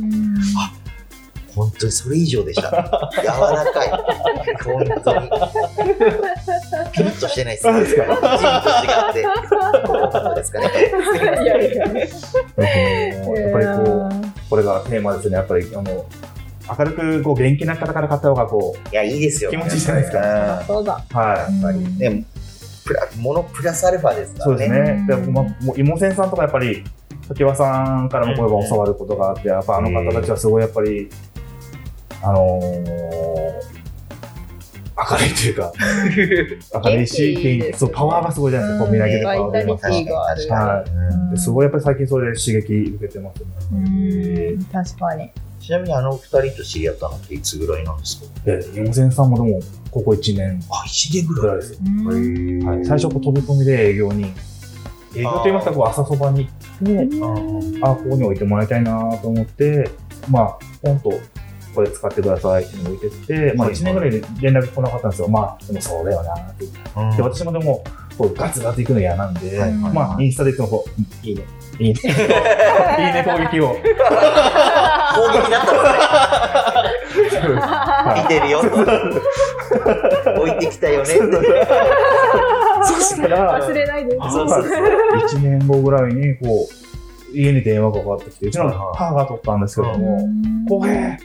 Speaker 2: 本当にそれ以上でした。柔らかい。本当に。ピリッとしてないです。
Speaker 4: そうですか
Speaker 2: ピリッと違って。そうですかね。
Speaker 1: いやいやいや
Speaker 4: やっぱりこう、これがテーマですね、やっぱりあの明るくこう元気な方から買った方がこ
Speaker 2: いや、いいですよ。
Speaker 4: 気持ちいいじゃないですか
Speaker 2: うん
Speaker 1: そうだ
Speaker 4: う、は
Speaker 2: やっぱりね、プラ、ものプラスアルファです
Speaker 4: い、
Speaker 2: か
Speaker 4: そ
Speaker 2: ら
Speaker 4: うです
Speaker 2: ね。
Speaker 4: ね、でもうもう芋仙さんとかやっぱり、常盤さんからも声が教わることがあって、やっぱあの方たちはすごいやっぱり、あのー明るいというか、明るいし、
Speaker 1: 元気ですね
Speaker 4: 元気そうパワーがすごいじゃないですか、こうみなぎるパワーがあります
Speaker 1: バイタリティがある
Speaker 4: は
Speaker 2: うん
Speaker 4: い、ですごいやっぱり最近それで刺激受けてますね。
Speaker 1: うん確かに
Speaker 2: ちなみにあのお二人と知り合ったのっていつぐらいなんですか
Speaker 4: で、芋仙さんもでも、ここ1年
Speaker 2: あ、1年ぐ
Speaker 4: ぐ
Speaker 2: ら
Speaker 4: ら
Speaker 2: いで
Speaker 4: いですす
Speaker 2: よ。
Speaker 4: は、
Speaker 2: はい
Speaker 4: 最初こう飛び込みで営業に営業といいますかこう朝そばに行ってああここに置いてもらいたいなと思ってまあポンとこれ使ってくださいっていうのを置いてって、まあ、
Speaker 2: はい
Speaker 4: 1年ぐらいで連絡来なかったんですよまあでもそうだよなって言ってで
Speaker 2: うん
Speaker 4: 私もでもこうガツガツ行くの嫌なんで、
Speaker 2: はい
Speaker 1: はい
Speaker 4: まあインスタでいつもこう「いいねいいね」いいね攻撃を
Speaker 2: 攻撃だったのね。見てる よ。置いてきたよね。
Speaker 4: そしたら、
Speaker 1: 忘れないで。
Speaker 2: そうそうそう。
Speaker 4: 1年後ぐらいにこう家に電話がかかってきてうちの母が取ったんですけども「浩平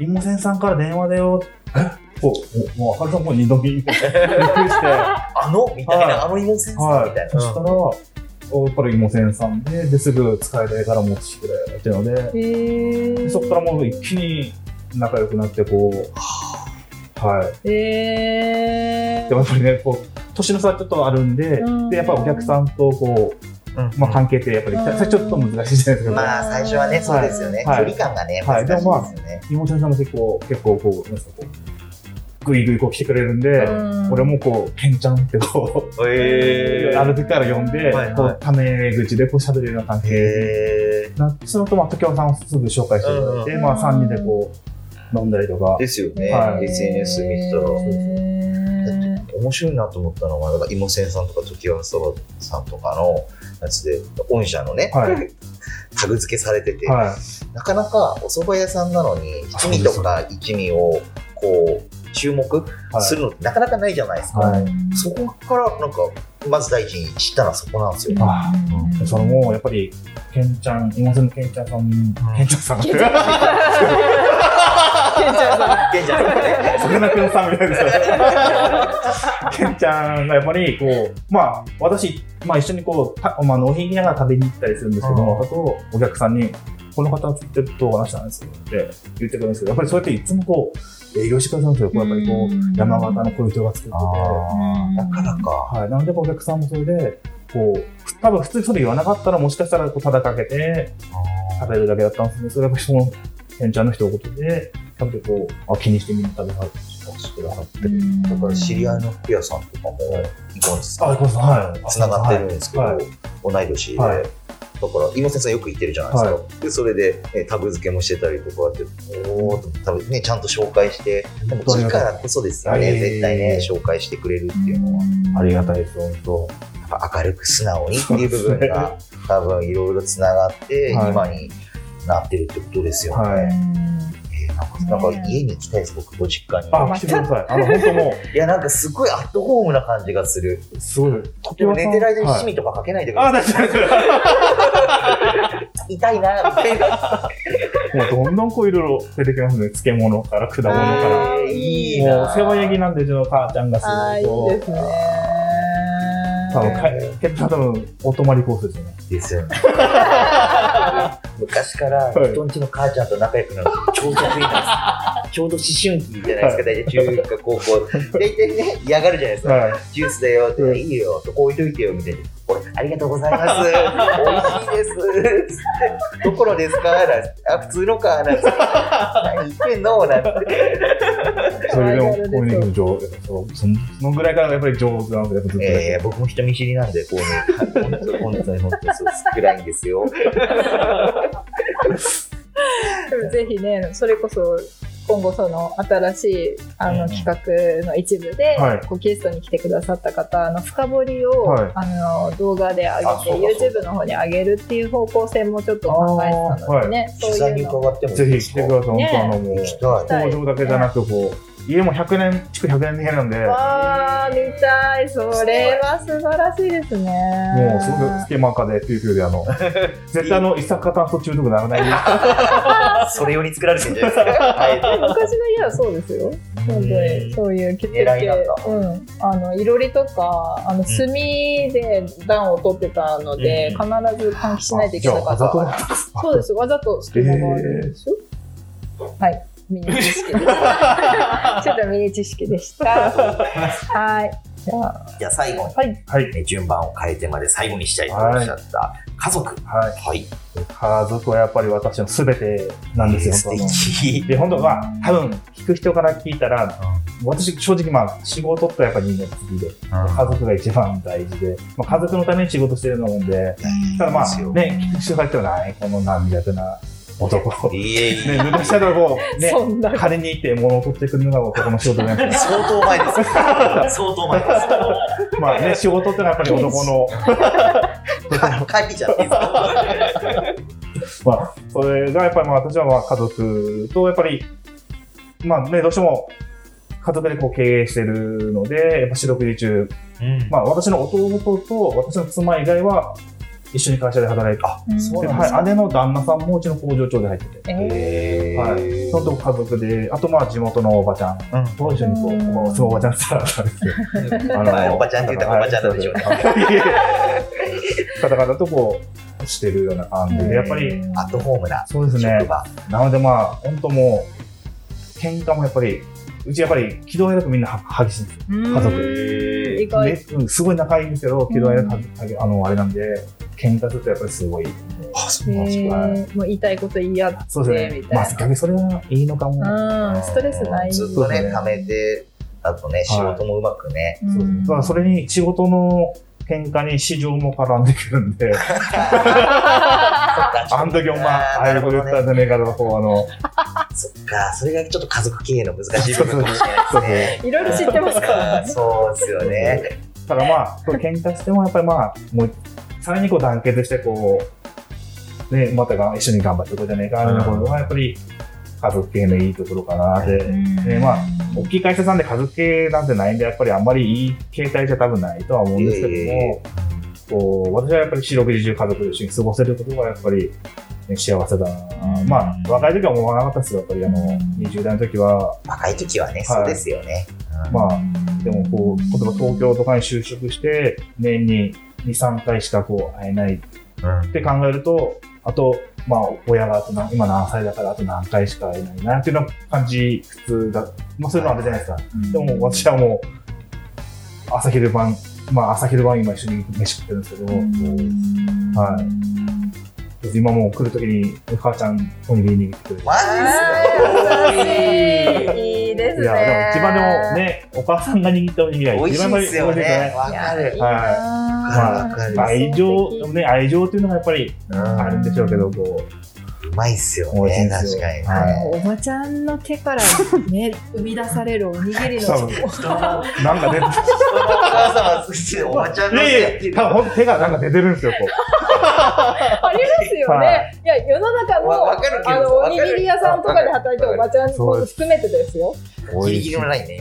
Speaker 4: 芋ンさんから電話だよ」えもうもう赤さんもう二度見びっくりして、は
Speaker 2: あのみたい
Speaker 4: はい
Speaker 2: な、あの芋先
Speaker 4: い、
Speaker 2: 生みたい
Speaker 4: そした
Speaker 2: な。
Speaker 4: ら、やっぱり芋ンさんでですぐ使えないから持ってきてくれっていうので
Speaker 1: え
Speaker 4: そこからもう一気に仲良くなってこうはい
Speaker 1: ええ
Speaker 4: でもやっぱりねこう年の差ちょっとあるんで
Speaker 1: うん
Speaker 4: でやっぱりお客さんとこう、
Speaker 2: うん
Speaker 4: まあ、関係ってやっぱり
Speaker 1: うん
Speaker 4: それちょっと難しいじゃないですか、
Speaker 2: まあ、最初はね、そうですよね。距
Speaker 4: はい
Speaker 2: 離感がね、
Speaker 4: は
Speaker 2: 難しい
Speaker 4: い
Speaker 2: ですよね。
Speaker 4: 妹さんも結構、結構こう、なんですか、こう、ぐいぐいこう来てくれるんで、
Speaker 1: うん
Speaker 4: 俺もこう、ケンちゃんってこう、
Speaker 1: へー
Speaker 4: ある時から呼んで、
Speaker 2: はいはい
Speaker 4: こう、タメ口でこう喋るような関係
Speaker 2: へ
Speaker 4: になって、そのと、まあ、時さんをすぐ紹介していただいて、
Speaker 1: うん
Speaker 4: まあ、3人でこう、飲んだりとか
Speaker 2: ー。ですよね
Speaker 4: はい
Speaker 2: SNS 見てたら。
Speaker 1: ら
Speaker 2: 面白いなと思ったのが、なんか、芋せんさんとか、時はそばさんとかのやつで、御社のね、
Speaker 4: はい。
Speaker 2: タグ付けされてて、
Speaker 4: は
Speaker 2: なかなかお蕎麦屋さんなのに、七味とか一味を、こう、注目
Speaker 4: い。
Speaker 2: するのってなかなかないじゃないですか。
Speaker 4: はい
Speaker 2: そこから、なんか、まず第一に知ったのはそこなんですよ。
Speaker 4: あそのもう、やっぱり、ケンちゃん、妹さんのケンちゃんさん、ケンちゃんさん。
Speaker 1: ケンちゃん ケンちゃんさん
Speaker 2: 現在のね
Speaker 4: さかなクンさんみたいな。ケンちゃんがやっぱりこう、まあ、私、まあ一緒にこう、たまあ、納品屋が食べに行ったりするんですけど、
Speaker 2: うん
Speaker 4: あとお客さんに、この方は作ってる動画出したんですよって言ってくれるんですけど、やっぱりそうやっていつもこう、営業してくださるんですよ。こうやっぱりこ
Speaker 1: うん
Speaker 4: う、山形の小人が作ってて。は
Speaker 2: なかなか。
Speaker 4: い。なのでお客さんもそれで、こう、多分普通にそれ言わなかったらもしかしたらこう、ただかけて、食べるだけだったんですけど、それがその、ケンちゃんの一言で、やっぱりこう、あ気にしてみんな食べはしてくださってる。
Speaker 2: だから知り合いの服屋さんとかも行くんです
Speaker 4: あ、
Speaker 2: よ。
Speaker 4: こさん、はい。
Speaker 2: つながってるんですけど、
Speaker 4: はい
Speaker 2: 同い年で、
Speaker 4: はい
Speaker 2: だから今先生よく行ってるじゃないですか、でそれで、ねタグ付けもしてたりとかっておお多分ねちゃんと紹介してでもいいからこそですよね、
Speaker 4: はい
Speaker 2: 絶対ね紹介してくれるっていうのは
Speaker 4: ありがたいです、本当。
Speaker 2: やっぱ明るく素直にっていう部分が多分いろいろつながって
Speaker 4: はい
Speaker 2: 今になってるってことですよね、
Speaker 4: はい
Speaker 2: えーなんかなんか家に行きたいです僕ご実家に
Speaker 4: あ、来てください。あの、本当も
Speaker 2: いやなんかすごいアットホームな感じがする
Speaker 4: う、すごい。
Speaker 2: でも寝てる間に趣
Speaker 4: はい
Speaker 2: 味とかかけないでくださ
Speaker 4: あ、
Speaker 2: い、
Speaker 4: 大丈夫です。
Speaker 2: 痛いなみたいな
Speaker 4: もうどんどんこういろいろ出てきますね。漬物から果物から。
Speaker 1: あー
Speaker 2: いい
Speaker 4: もう
Speaker 2: な。
Speaker 4: 世話焼きなんで、うちの母ちゃんがす
Speaker 1: ああいい
Speaker 4: ごい
Speaker 1: で
Speaker 4: こ
Speaker 1: すね
Speaker 4: う。多分、か結構多分、お泊まりコースですよね。
Speaker 2: ですよ ね。昔から
Speaker 4: はい
Speaker 2: 人んちの母ちゃんと仲良くなるのちょうどいいなんです。ちょうど思春期じゃないですか、大体中学、高校。大体ね、嫌がるじゃないですか。
Speaker 4: はい。
Speaker 2: ジュースだよって、
Speaker 4: うん
Speaker 2: いいよ、とこ置いといてよ、みたいな。俺、ありがとうございます。美味しいです。どこのですかなんてあ、普通のかなんて。何言ってんのなんて。
Speaker 4: それで
Speaker 1: 可
Speaker 4: も、
Speaker 1: 愛がられそう
Speaker 4: こういうの上手。そうそのそのぐらいからやっぱり上手なんで、やっぱずっと
Speaker 2: ええ僕も人見知りなんで、こうね、本当に本当に本当にそう暗いんです よ。
Speaker 1: でもぜひねそれこそ今後その新しいあ
Speaker 2: うん
Speaker 1: の企画の一部で、
Speaker 4: はい
Speaker 1: こうゲストに来てくださった方の深掘りを、
Speaker 4: はい
Speaker 1: あの動画で
Speaker 2: あそう
Speaker 1: 上げ
Speaker 2: だそう
Speaker 1: て YouTube の方に上げるっていう方向性もちょっと考えてたのでね、そう
Speaker 2: 取材
Speaker 1: い
Speaker 2: に
Speaker 1: うの
Speaker 2: 伺ってもいい
Speaker 4: ぜ
Speaker 2: で
Speaker 4: ひ
Speaker 2: す
Speaker 4: 来
Speaker 2: か
Speaker 4: てください。本当あの、もう
Speaker 2: 行。きたい。
Speaker 4: 工場だけじゃなくこう家も100年築100年の部屋なんでも
Speaker 1: わー見たいそれは素晴らしいですね
Speaker 4: うすごく隙間かでピューピューで あの絶対あの一酸化炭素中毒ならないよ
Speaker 2: それ用に作られてるんじゃないですか。あえて
Speaker 1: 昔の家はそうですよ本当にそういう血液
Speaker 2: 狙いだった
Speaker 1: うん、あのいろりとかあの炭で暖を取ってたので、
Speaker 2: う
Speaker 1: 必ず換気しないといけなかっ
Speaker 4: あじゃあ
Speaker 1: た
Speaker 4: わざとだ
Speaker 1: からそうですわざと隙間があるんですよ、はいミニ知識 ですちょっとミニ知識でしたはいじゃあ
Speaker 2: じゃあ最後に
Speaker 1: はい
Speaker 4: はい
Speaker 2: ね順番を変えてまで最後にしたいとおっしゃった家族。
Speaker 4: はい
Speaker 2: はい。
Speaker 4: 家族はやっぱり私の全てなんですよ
Speaker 2: 素
Speaker 4: 本当
Speaker 2: 敵。
Speaker 4: で本当は多分聞く人から聞いたら私正直まあ仕事ってやっぱ人間好きで 家族が一番大事で、まあ、家族のために仕事してるのもんでただまあね聞く人から聞いたらないこの涙苦手な 男
Speaker 2: い
Speaker 4: ね
Speaker 2: えいえ。
Speaker 4: 昔だとこうね
Speaker 1: そんな
Speaker 4: 金に行って物を取ってくるのが男の仕事じゃないですか
Speaker 2: 相当前ですよ。相当前で
Speaker 4: まあね、仕事ってのはやっぱり男の。
Speaker 2: す。書いちゃっていいですか。
Speaker 4: まあ、それがやっぱりまあ私はまあ家族とやっぱり、まあね、どうしても家族でこう経営してるので、やっぱ四六時中、
Speaker 2: うん
Speaker 4: まあ私の弟と私の妻以外は一緒に会社で働いて、
Speaker 1: うん
Speaker 2: そう
Speaker 4: で
Speaker 2: なんです
Speaker 4: はい、姉の旦那さんもうちの工場長で入ってて、
Speaker 1: え
Speaker 2: へー
Speaker 4: はい、そのとこ家族で、あとまあ地元のおばちゃん
Speaker 2: うん
Speaker 4: と一緒にこ
Speaker 1: うん
Speaker 4: う、まあそのおばちゃんって言ったらあれ ですけどあの
Speaker 2: はいおばちゃんって言ったらおばちゃんなんでしょうね。
Speaker 4: 方々とこうしてるような感じ
Speaker 1: ー
Speaker 4: で、やっぱり、
Speaker 2: アットホームな
Speaker 4: そうですね
Speaker 2: 職。場。
Speaker 4: なのでまあ、本当もう、喧嘩もやっぱり、うちやっぱり、喜怒哀楽みんなは激しいんですよ。
Speaker 1: 家
Speaker 4: 家族
Speaker 1: 意外
Speaker 4: めうんすごい仲いいんですけど、喜怒哀楽は、あの、あれなんで、喧嘩するとやっぱりすごい、あ、そうなんですか。
Speaker 1: えーもう言いたいこと言い合って
Speaker 4: そうです
Speaker 1: み
Speaker 4: ね
Speaker 1: た。いな
Speaker 4: まあ、逆にそれがいいのかも。
Speaker 1: うんストレスない
Speaker 2: ずっと
Speaker 4: そう
Speaker 2: ね、
Speaker 4: ですね
Speaker 2: 貯めて、あとね、仕事もうまくね。
Speaker 4: そうですねただそれに、仕事の喧嘩に市場も絡んでくるん で、あの時お前、ああ
Speaker 2: な
Speaker 4: いう
Speaker 2: る
Speaker 4: こ
Speaker 2: ほ
Speaker 4: と
Speaker 2: ど
Speaker 4: 言った
Speaker 2: ね。
Speaker 4: んじゃねえかとか、こう、あの、
Speaker 2: そっか、それがちょっと家族経営の難しい部分かもしれないですね。
Speaker 1: いろいろ知ってますからね
Speaker 2: そうですよね。
Speaker 4: ただまあ、これ喧嘩しても、やっぱりまあ、もう、さらにこう団結して、こう、ね、またが一緒に頑張っていこうじゃねえか、みたいなことが、やっぱり、家族系のいいところかなって。ねまあ大きい会社さんで家族系なんてないんで、やっぱりあんまりいい形態じゃ多分ないとは思うんですけ
Speaker 2: いえい
Speaker 4: ど
Speaker 2: えい
Speaker 4: も、こう、私はやっぱり四六時中家族と一緒に過ごせることが、やっぱり、ね、幸せだな。まあ、若い時は思わなかったですよ、やっぱりあの、20代の時は、
Speaker 2: 若い時はね、そうですよね。うん
Speaker 4: まあ、でもこう、例えば東京とかに就職して、年に2、3回しかこう会えないっ
Speaker 2: うん
Speaker 4: て考えると、あと、まあ、親があと何今何歳だからあと何回しか会えないなっていうのは感じ、普通だ。まあ、そういうのはあるじゃないですか。でも私はもう、朝昼晩、まあ、朝昼晩今一緒に飯食ってるんですけど、はい。今もう来るときに、お母ちゃん、おにぎりにってくれて。
Speaker 2: マジ
Speaker 1: 優しいいいですね
Speaker 4: いや、でも一番でもね、お母さんが握ったおにぎり
Speaker 2: で
Speaker 4: は
Speaker 2: 美味
Speaker 4: 一
Speaker 2: し
Speaker 4: 番
Speaker 2: い
Speaker 4: やっぱ
Speaker 2: で
Speaker 4: り
Speaker 2: すよ
Speaker 4: 美味しいです
Speaker 2: ね。
Speaker 4: ね
Speaker 2: わかる。
Speaker 1: は
Speaker 2: わかる
Speaker 4: 愛情、ね、愛情っていうのがやっぱり
Speaker 2: うん
Speaker 4: あるんでしょうけど、こ
Speaker 2: うまいっすよ
Speaker 4: 美味しい
Speaker 2: ね。
Speaker 4: んで
Speaker 2: 確
Speaker 4: すよ
Speaker 2: かにね。
Speaker 4: は
Speaker 1: おばちゃんの手からね生み出されるおにぎりの
Speaker 4: 多分う、なん か出て
Speaker 2: お母様、おばちゃん
Speaker 4: い
Speaker 2: の
Speaker 4: やいや、多分ほんと手がなんか出てるんですよ、こう。
Speaker 1: ありますよ
Speaker 4: は
Speaker 1: ね。いや、世の中
Speaker 2: わ
Speaker 1: の、
Speaker 2: わかるけど
Speaker 1: あの、お
Speaker 2: わか
Speaker 1: に
Speaker 2: る
Speaker 1: ぎり屋さんとかで働いてるおばちゃん
Speaker 4: そう
Speaker 1: も
Speaker 4: です
Speaker 1: 含めてですよ。
Speaker 2: ギリギリのラインね。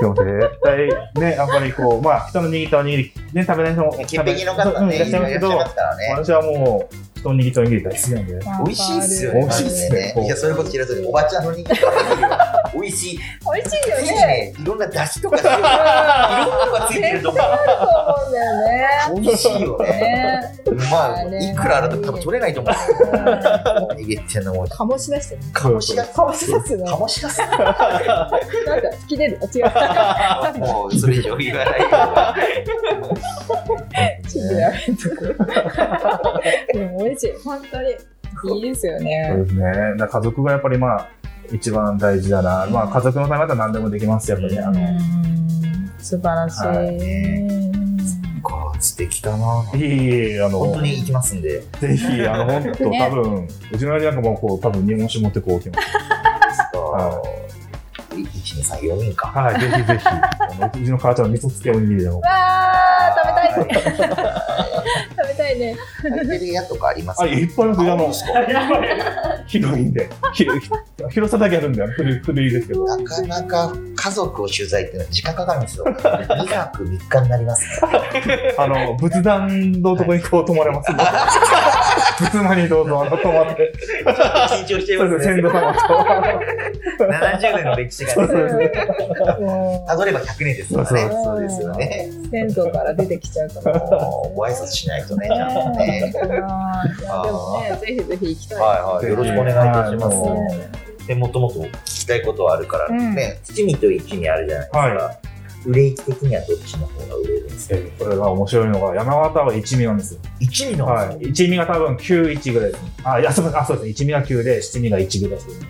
Speaker 4: でも絶対ね、やっぱりこう、まあ、人の握ったおにぎり、ね、食べない人も食べ
Speaker 2: 潔癖の方ね、
Speaker 4: いらっしゃいますけど、
Speaker 2: ますからね。
Speaker 4: 私はもう、人の握ったおにぎり大好きなんで、
Speaker 2: 美味しいっすよね。
Speaker 4: 美味しいっすね
Speaker 2: マジでいや、そういうこと知らずに、おばちゃんの人気が美味しい。
Speaker 1: 美味しいよ
Speaker 2: ぜひ
Speaker 1: ね。
Speaker 2: ね、いろんな出汁とか、いろんなのがついてると思
Speaker 1: あると思うんだよね。
Speaker 2: う。美味しいよね。
Speaker 1: ね、
Speaker 2: まあ、いくらあると多分取れないと思う。握ってんのも、
Speaker 1: 醸し出してね。
Speaker 2: 醸し出す。
Speaker 1: 醸し出すの。なんか
Speaker 2: 醸し出す。
Speaker 1: 吹き出る。あ違う。
Speaker 2: もう、それ以上言わ ないよ。
Speaker 1: ちょっとやめとく。でも美味しい。本当に。いいですよ
Speaker 4: そう
Speaker 1: ね。
Speaker 4: ですね。だから家族がやっぱりまあ、一番大事だな。まあ、家族のためだったら何でもできます、やっぱりね。あの
Speaker 1: 素晴らしい。
Speaker 4: は
Speaker 2: こう、素敵だな。
Speaker 4: いえいえ、あの、
Speaker 2: 本当に行きますんで。
Speaker 4: ぜひ、あの、本当、
Speaker 1: ね
Speaker 4: 多分、うちの親父なんかもこう、多分日本酒持ってこう、来ます。
Speaker 2: あの1、2、3、4人 か。
Speaker 4: はい、ぜひぜひ。あのうちの母ちゃんの味噌漬けおにぎりでも。
Speaker 1: わー食べたい。
Speaker 2: たい。
Speaker 1: 食べたいね。
Speaker 2: 空いてる屋とかあります
Speaker 4: あ、
Speaker 2: か
Speaker 4: いっぱいありますよ、あの、広いんで。ひ広さだけあるんで、古い、古いですけど。
Speaker 2: なかなか家族を取材っていうのは時間かかるんです よ。2泊3日になりますね。
Speaker 4: あの、仏壇のとこにこう、泊まれますんで。仏間にどうぞ、あの、泊まって。
Speaker 2: 緊張しちゃい
Speaker 4: そう
Speaker 2: ま
Speaker 4: ですす
Speaker 2: ね
Speaker 4: ね、先。祖様と。
Speaker 2: 70年の歴史がね、
Speaker 1: も
Speaker 2: たどれば100年ですからね。
Speaker 1: そうそう
Speaker 2: ね。
Speaker 1: う銭湯から出てきちゃうから。
Speaker 2: もうご挨拶しないとね、ちゃんとね。
Speaker 1: いやでもね、ぜひぜひ行きたい。
Speaker 2: はいはい。よろしくお願いいたし
Speaker 4: は
Speaker 2: ま
Speaker 4: い
Speaker 2: す。でもっともっと聞きたいことはあるから、
Speaker 1: うん
Speaker 2: ね、七味と一味あるじゃないですか。
Speaker 4: は
Speaker 2: 売れ行き的にはどっちの方が売れるんですか
Speaker 4: えこれが面白いのが、山形は一味なんですよ。
Speaker 2: 一味の方が
Speaker 4: はい。一味が多分9、1ぐらいですね。あ、いや、そうあそうですね。一味が9で、七味が1ぐらいですね。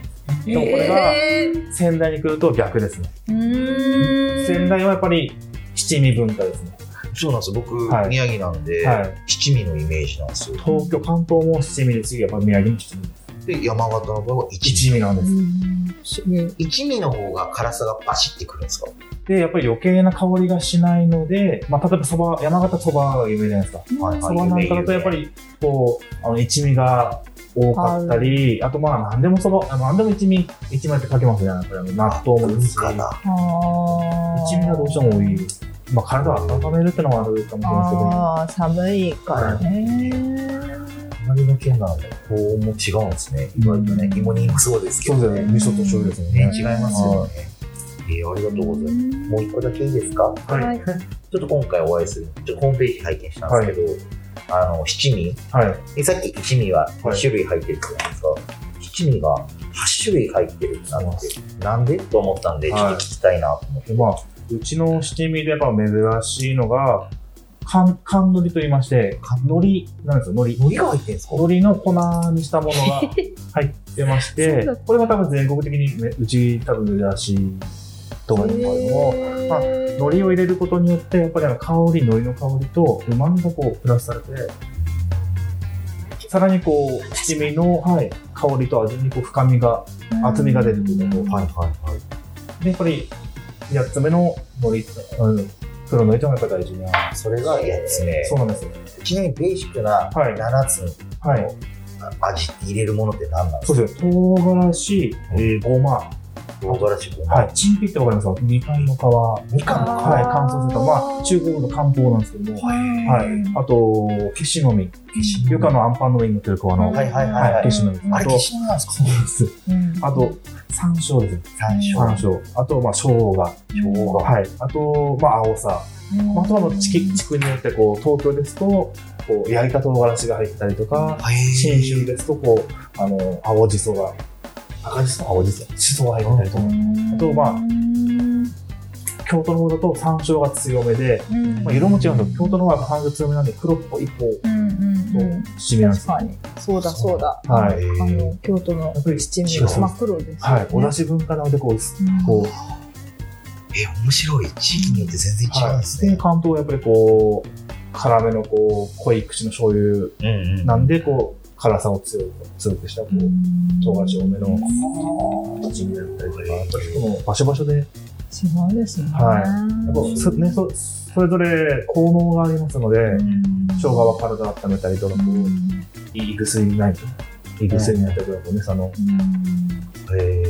Speaker 4: でもこれが、
Speaker 1: えー
Speaker 4: 仙台に来ると逆ですね。
Speaker 1: うーん
Speaker 4: 仙台はやっぱり七味文化ですね。
Speaker 2: そうなんですよ僕、
Speaker 4: はい
Speaker 2: 宮城なんで、
Speaker 4: はい。
Speaker 2: 七味のイメージなんですよ。
Speaker 4: 東京、関東も七味ですし、やっぱり宮城も七味。
Speaker 2: で、山形の場合は一味
Speaker 4: 一味なん
Speaker 1: う
Speaker 4: です。
Speaker 1: んしね
Speaker 2: 一味の方が辛さがバシってくるんですか
Speaker 4: で、やっぱり余計な香りがしないので、まあ、例えばそば、山形そばが有名じゃないですか。
Speaker 2: はい
Speaker 4: そばなんかだとやっぱり、こう、あの、一味が多かったり、あとまあ、なんでもそば、あなんでも一味、一味ってかけますね。やっぱりあの納豆もですし、
Speaker 2: か
Speaker 4: 一
Speaker 2: な。
Speaker 1: あー
Speaker 4: 味がどうしても多い。まあ、体を温めるってのもあるかもしれないですけど、
Speaker 1: あー寒いからね。
Speaker 2: 隣の県なので、こうも違うんですね。意外とね、芋煮もそうですけ
Speaker 4: そう
Speaker 2: ど、
Speaker 4: ですよね。味噌と醤油ですもんね
Speaker 2: ね、。違いますよね。えー、ありがとうございます。もう一個だけいいですか
Speaker 1: は
Speaker 4: はいい。
Speaker 2: ちょっと今回お会いする、ちょっとホームページ拝見したんですけど、あの、七味
Speaker 4: はい。
Speaker 2: えさっき一味は
Speaker 4: はい
Speaker 2: 2種類入ってるじゃないですか、七味が8種類入ってるってなって、なんでと思ったんで、ちょっと聞きたいなと思って。
Speaker 4: でまあ、うちの七味でやっぱ珍しいのが、缶、缶海苔と言いまして、海苔なんですよ、海苔。
Speaker 2: 海苔が入ってるんですか
Speaker 4: 海苔の粉にしたもの が入ってまし
Speaker 1: そう
Speaker 4: て
Speaker 1: だっ、
Speaker 4: これが多分全国的にめうち多分珍しいと思うんですけども、まあ海苔を入れることによって、やっぱりあの香り、海苔の香りと旨味がこうプラスされて、さらにこう、七味の、はい、香りと味にこう深みが、厚みが出るというのも、
Speaker 2: いはいはい。
Speaker 4: で、やっぱり8つ目の海苔、うん、黒海苔というのがやっぱ大事な。
Speaker 2: それが8つ目。
Speaker 4: そうなんですよね。
Speaker 2: ちなみにベーシックな
Speaker 4: はい
Speaker 2: 7つの
Speaker 4: はい。
Speaker 2: 味って入れるものって何なんです
Speaker 4: そうですよ。唐辛子、えー、ごま、
Speaker 2: か唐辛子ごま。
Speaker 4: はい。チンピってわかりますか二階の皮。はい。
Speaker 2: みかんの
Speaker 1: あー
Speaker 4: 乾燥すると。まあ、中国の漢方なんですけども。
Speaker 2: 皮。は
Speaker 4: はい。あと、消しの実。よくあの、アンパンの上に乗ってる皮
Speaker 2: は
Speaker 4: の。
Speaker 2: いはいはいはい
Speaker 4: 消しの実。
Speaker 2: あれ
Speaker 4: と
Speaker 2: 消しのなんですか
Speaker 4: そうですあと、山椒ですね。
Speaker 2: 山
Speaker 4: 山
Speaker 2: 椒。
Speaker 4: 椒。あと、まあ、生姜。
Speaker 2: 生姜
Speaker 4: はい。あと、まあ、青さ。まああとはあの、地区、地区によって、こう、東京ですと、こう、焼いた唐辛子が入ったりとか、
Speaker 2: へー
Speaker 4: 信州ですと、こう、あの、青じそが、赤じそ青じそしそが入ってたりとか、あとまあ京都の方だと山椒が強めで、まあ、色も違うんですけど、京都の方が山椒強めなんで、黒っぽい、こう、締めなんで
Speaker 1: 確
Speaker 4: すよ。
Speaker 1: かに。そうだそうだ。
Speaker 4: はい
Speaker 1: あの京都の七味が真っ黒ですよね。
Speaker 4: はい。お出汁文化なので、こう、すこう、
Speaker 2: え、面白い。地域によって全然違うんです
Speaker 4: で、
Speaker 2: ね。
Speaker 4: 関東はやっぱりこう、辛めの、こう、濃い口の醤油
Speaker 2: うんうん
Speaker 4: なんで、こう、辛さを強く、強くした、こう、唐辛子多めの七味だったりとか、やっぱりその場所場所で、やっ
Speaker 1: 違うですね。
Speaker 4: ぱそね、そそれぞれ効能がありますので、生姜は体を温めたりとか、こういい薬にないと。いい薬になったりとか、ね、その、
Speaker 2: へ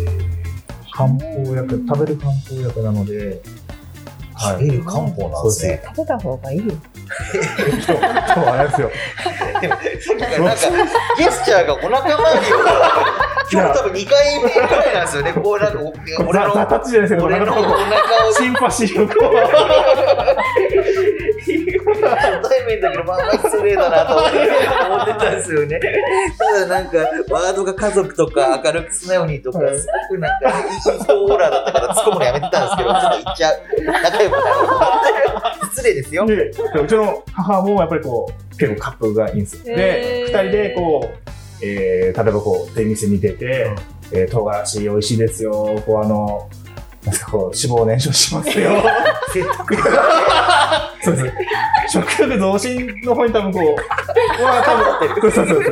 Speaker 4: 漢方薬、食べる漢方薬なの
Speaker 2: ー
Speaker 4: で、
Speaker 2: 食べる漢方なんですね。
Speaker 1: 食べた方がいいよ。
Speaker 4: 今日、今日あれですよ。
Speaker 2: なんか、ジェスチャーがお腹周りを、今日多分2回目くらいなんですよね。こうなんか、お俺
Speaker 4: 俺の、ザ
Speaker 2: の、
Speaker 4: タッチじゃないですけど、
Speaker 2: 俺
Speaker 4: 俺
Speaker 2: の
Speaker 4: の
Speaker 2: お
Speaker 4: こ
Speaker 2: 腹を
Speaker 4: う、 シンパシーをこう、
Speaker 2: 初対面だけど、まあまあ失礼だなと思ってたんですよね。ただなんか、ワードが家族とか明るく素直にとか、すごくなんか、いい人オーラだったから、突っ込むのやめてたんです けど、ちょっと言っちゃう。仲良くなる。失礼ですよ。
Speaker 4: で、でうちの母もやっぱりこう、結構カップがいいんですよ。
Speaker 1: へー
Speaker 4: で、二人でこう、えー、例えばこう、手店に出て、えー、唐辛子美味しいですよ、こうあの、なんかこう、脂肪を燃焼しますよ。
Speaker 2: 説得
Speaker 4: そうです。食欲増進の方に多分こう、うわ多分、そうそうそう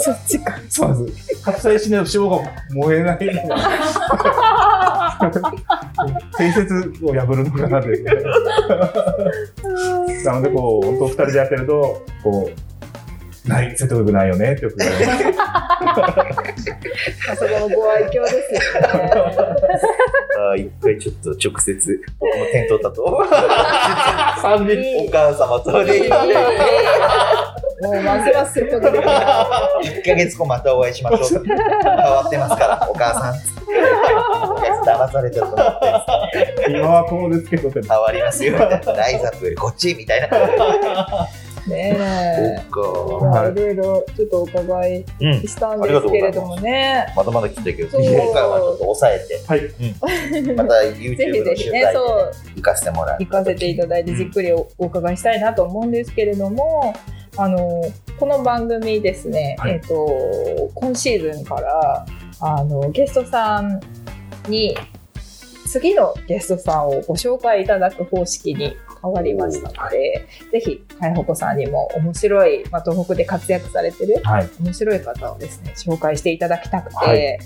Speaker 1: そっちか。
Speaker 4: そう、そうなんです。カプサイシンの塩が燃えないのが、 定説を破るのかなという。なのでこう、本当二人でやってると、こう、ない、説得力ないよねってよく言われます。
Speaker 1: あそこのご愛嬌ですよね。
Speaker 2: あー一回ちょっと直接、僕も店頭だと、
Speaker 4: 三人
Speaker 2: お母様と
Speaker 1: いいいいいい
Speaker 2: で、
Speaker 1: もうますます説得できない。
Speaker 2: 1ヶ月後またお会いしましょう。変わってますから、お母さん。 お母さん騙されちゃったと思って。
Speaker 4: 今はこうですけどって。
Speaker 2: 変わりますよみたいな。ライザップよりこっちみたいな。
Speaker 1: ねえ。
Speaker 2: そ
Speaker 1: まあいろいろちょっとお伺い
Speaker 2: っか。うん。
Speaker 1: したんですけれどもね。
Speaker 2: まだまだ聞いたけど、
Speaker 1: そう
Speaker 2: 今回はちょっと抑えて、
Speaker 4: はい。
Speaker 2: また
Speaker 1: ぜ
Speaker 2: YouTube
Speaker 1: ひぜ
Speaker 2: の
Speaker 1: ひ
Speaker 2: 取
Speaker 1: ね、
Speaker 2: 材で
Speaker 1: そう、
Speaker 2: 行かせてもらう。
Speaker 1: 行かせていただいてじっくりおお伺いしたいなと思うんですけれども、あのこの番組ですね、
Speaker 4: はい
Speaker 1: えっと今シーズンからあのゲストさんに次のゲストさんをご紹介いただく方式に変わりましたので、ぜひ海保子さんにも面白い、まあ、東北で活躍されてる
Speaker 4: はい。
Speaker 1: 面白い方をですね紹介していただきたくて、
Speaker 4: はい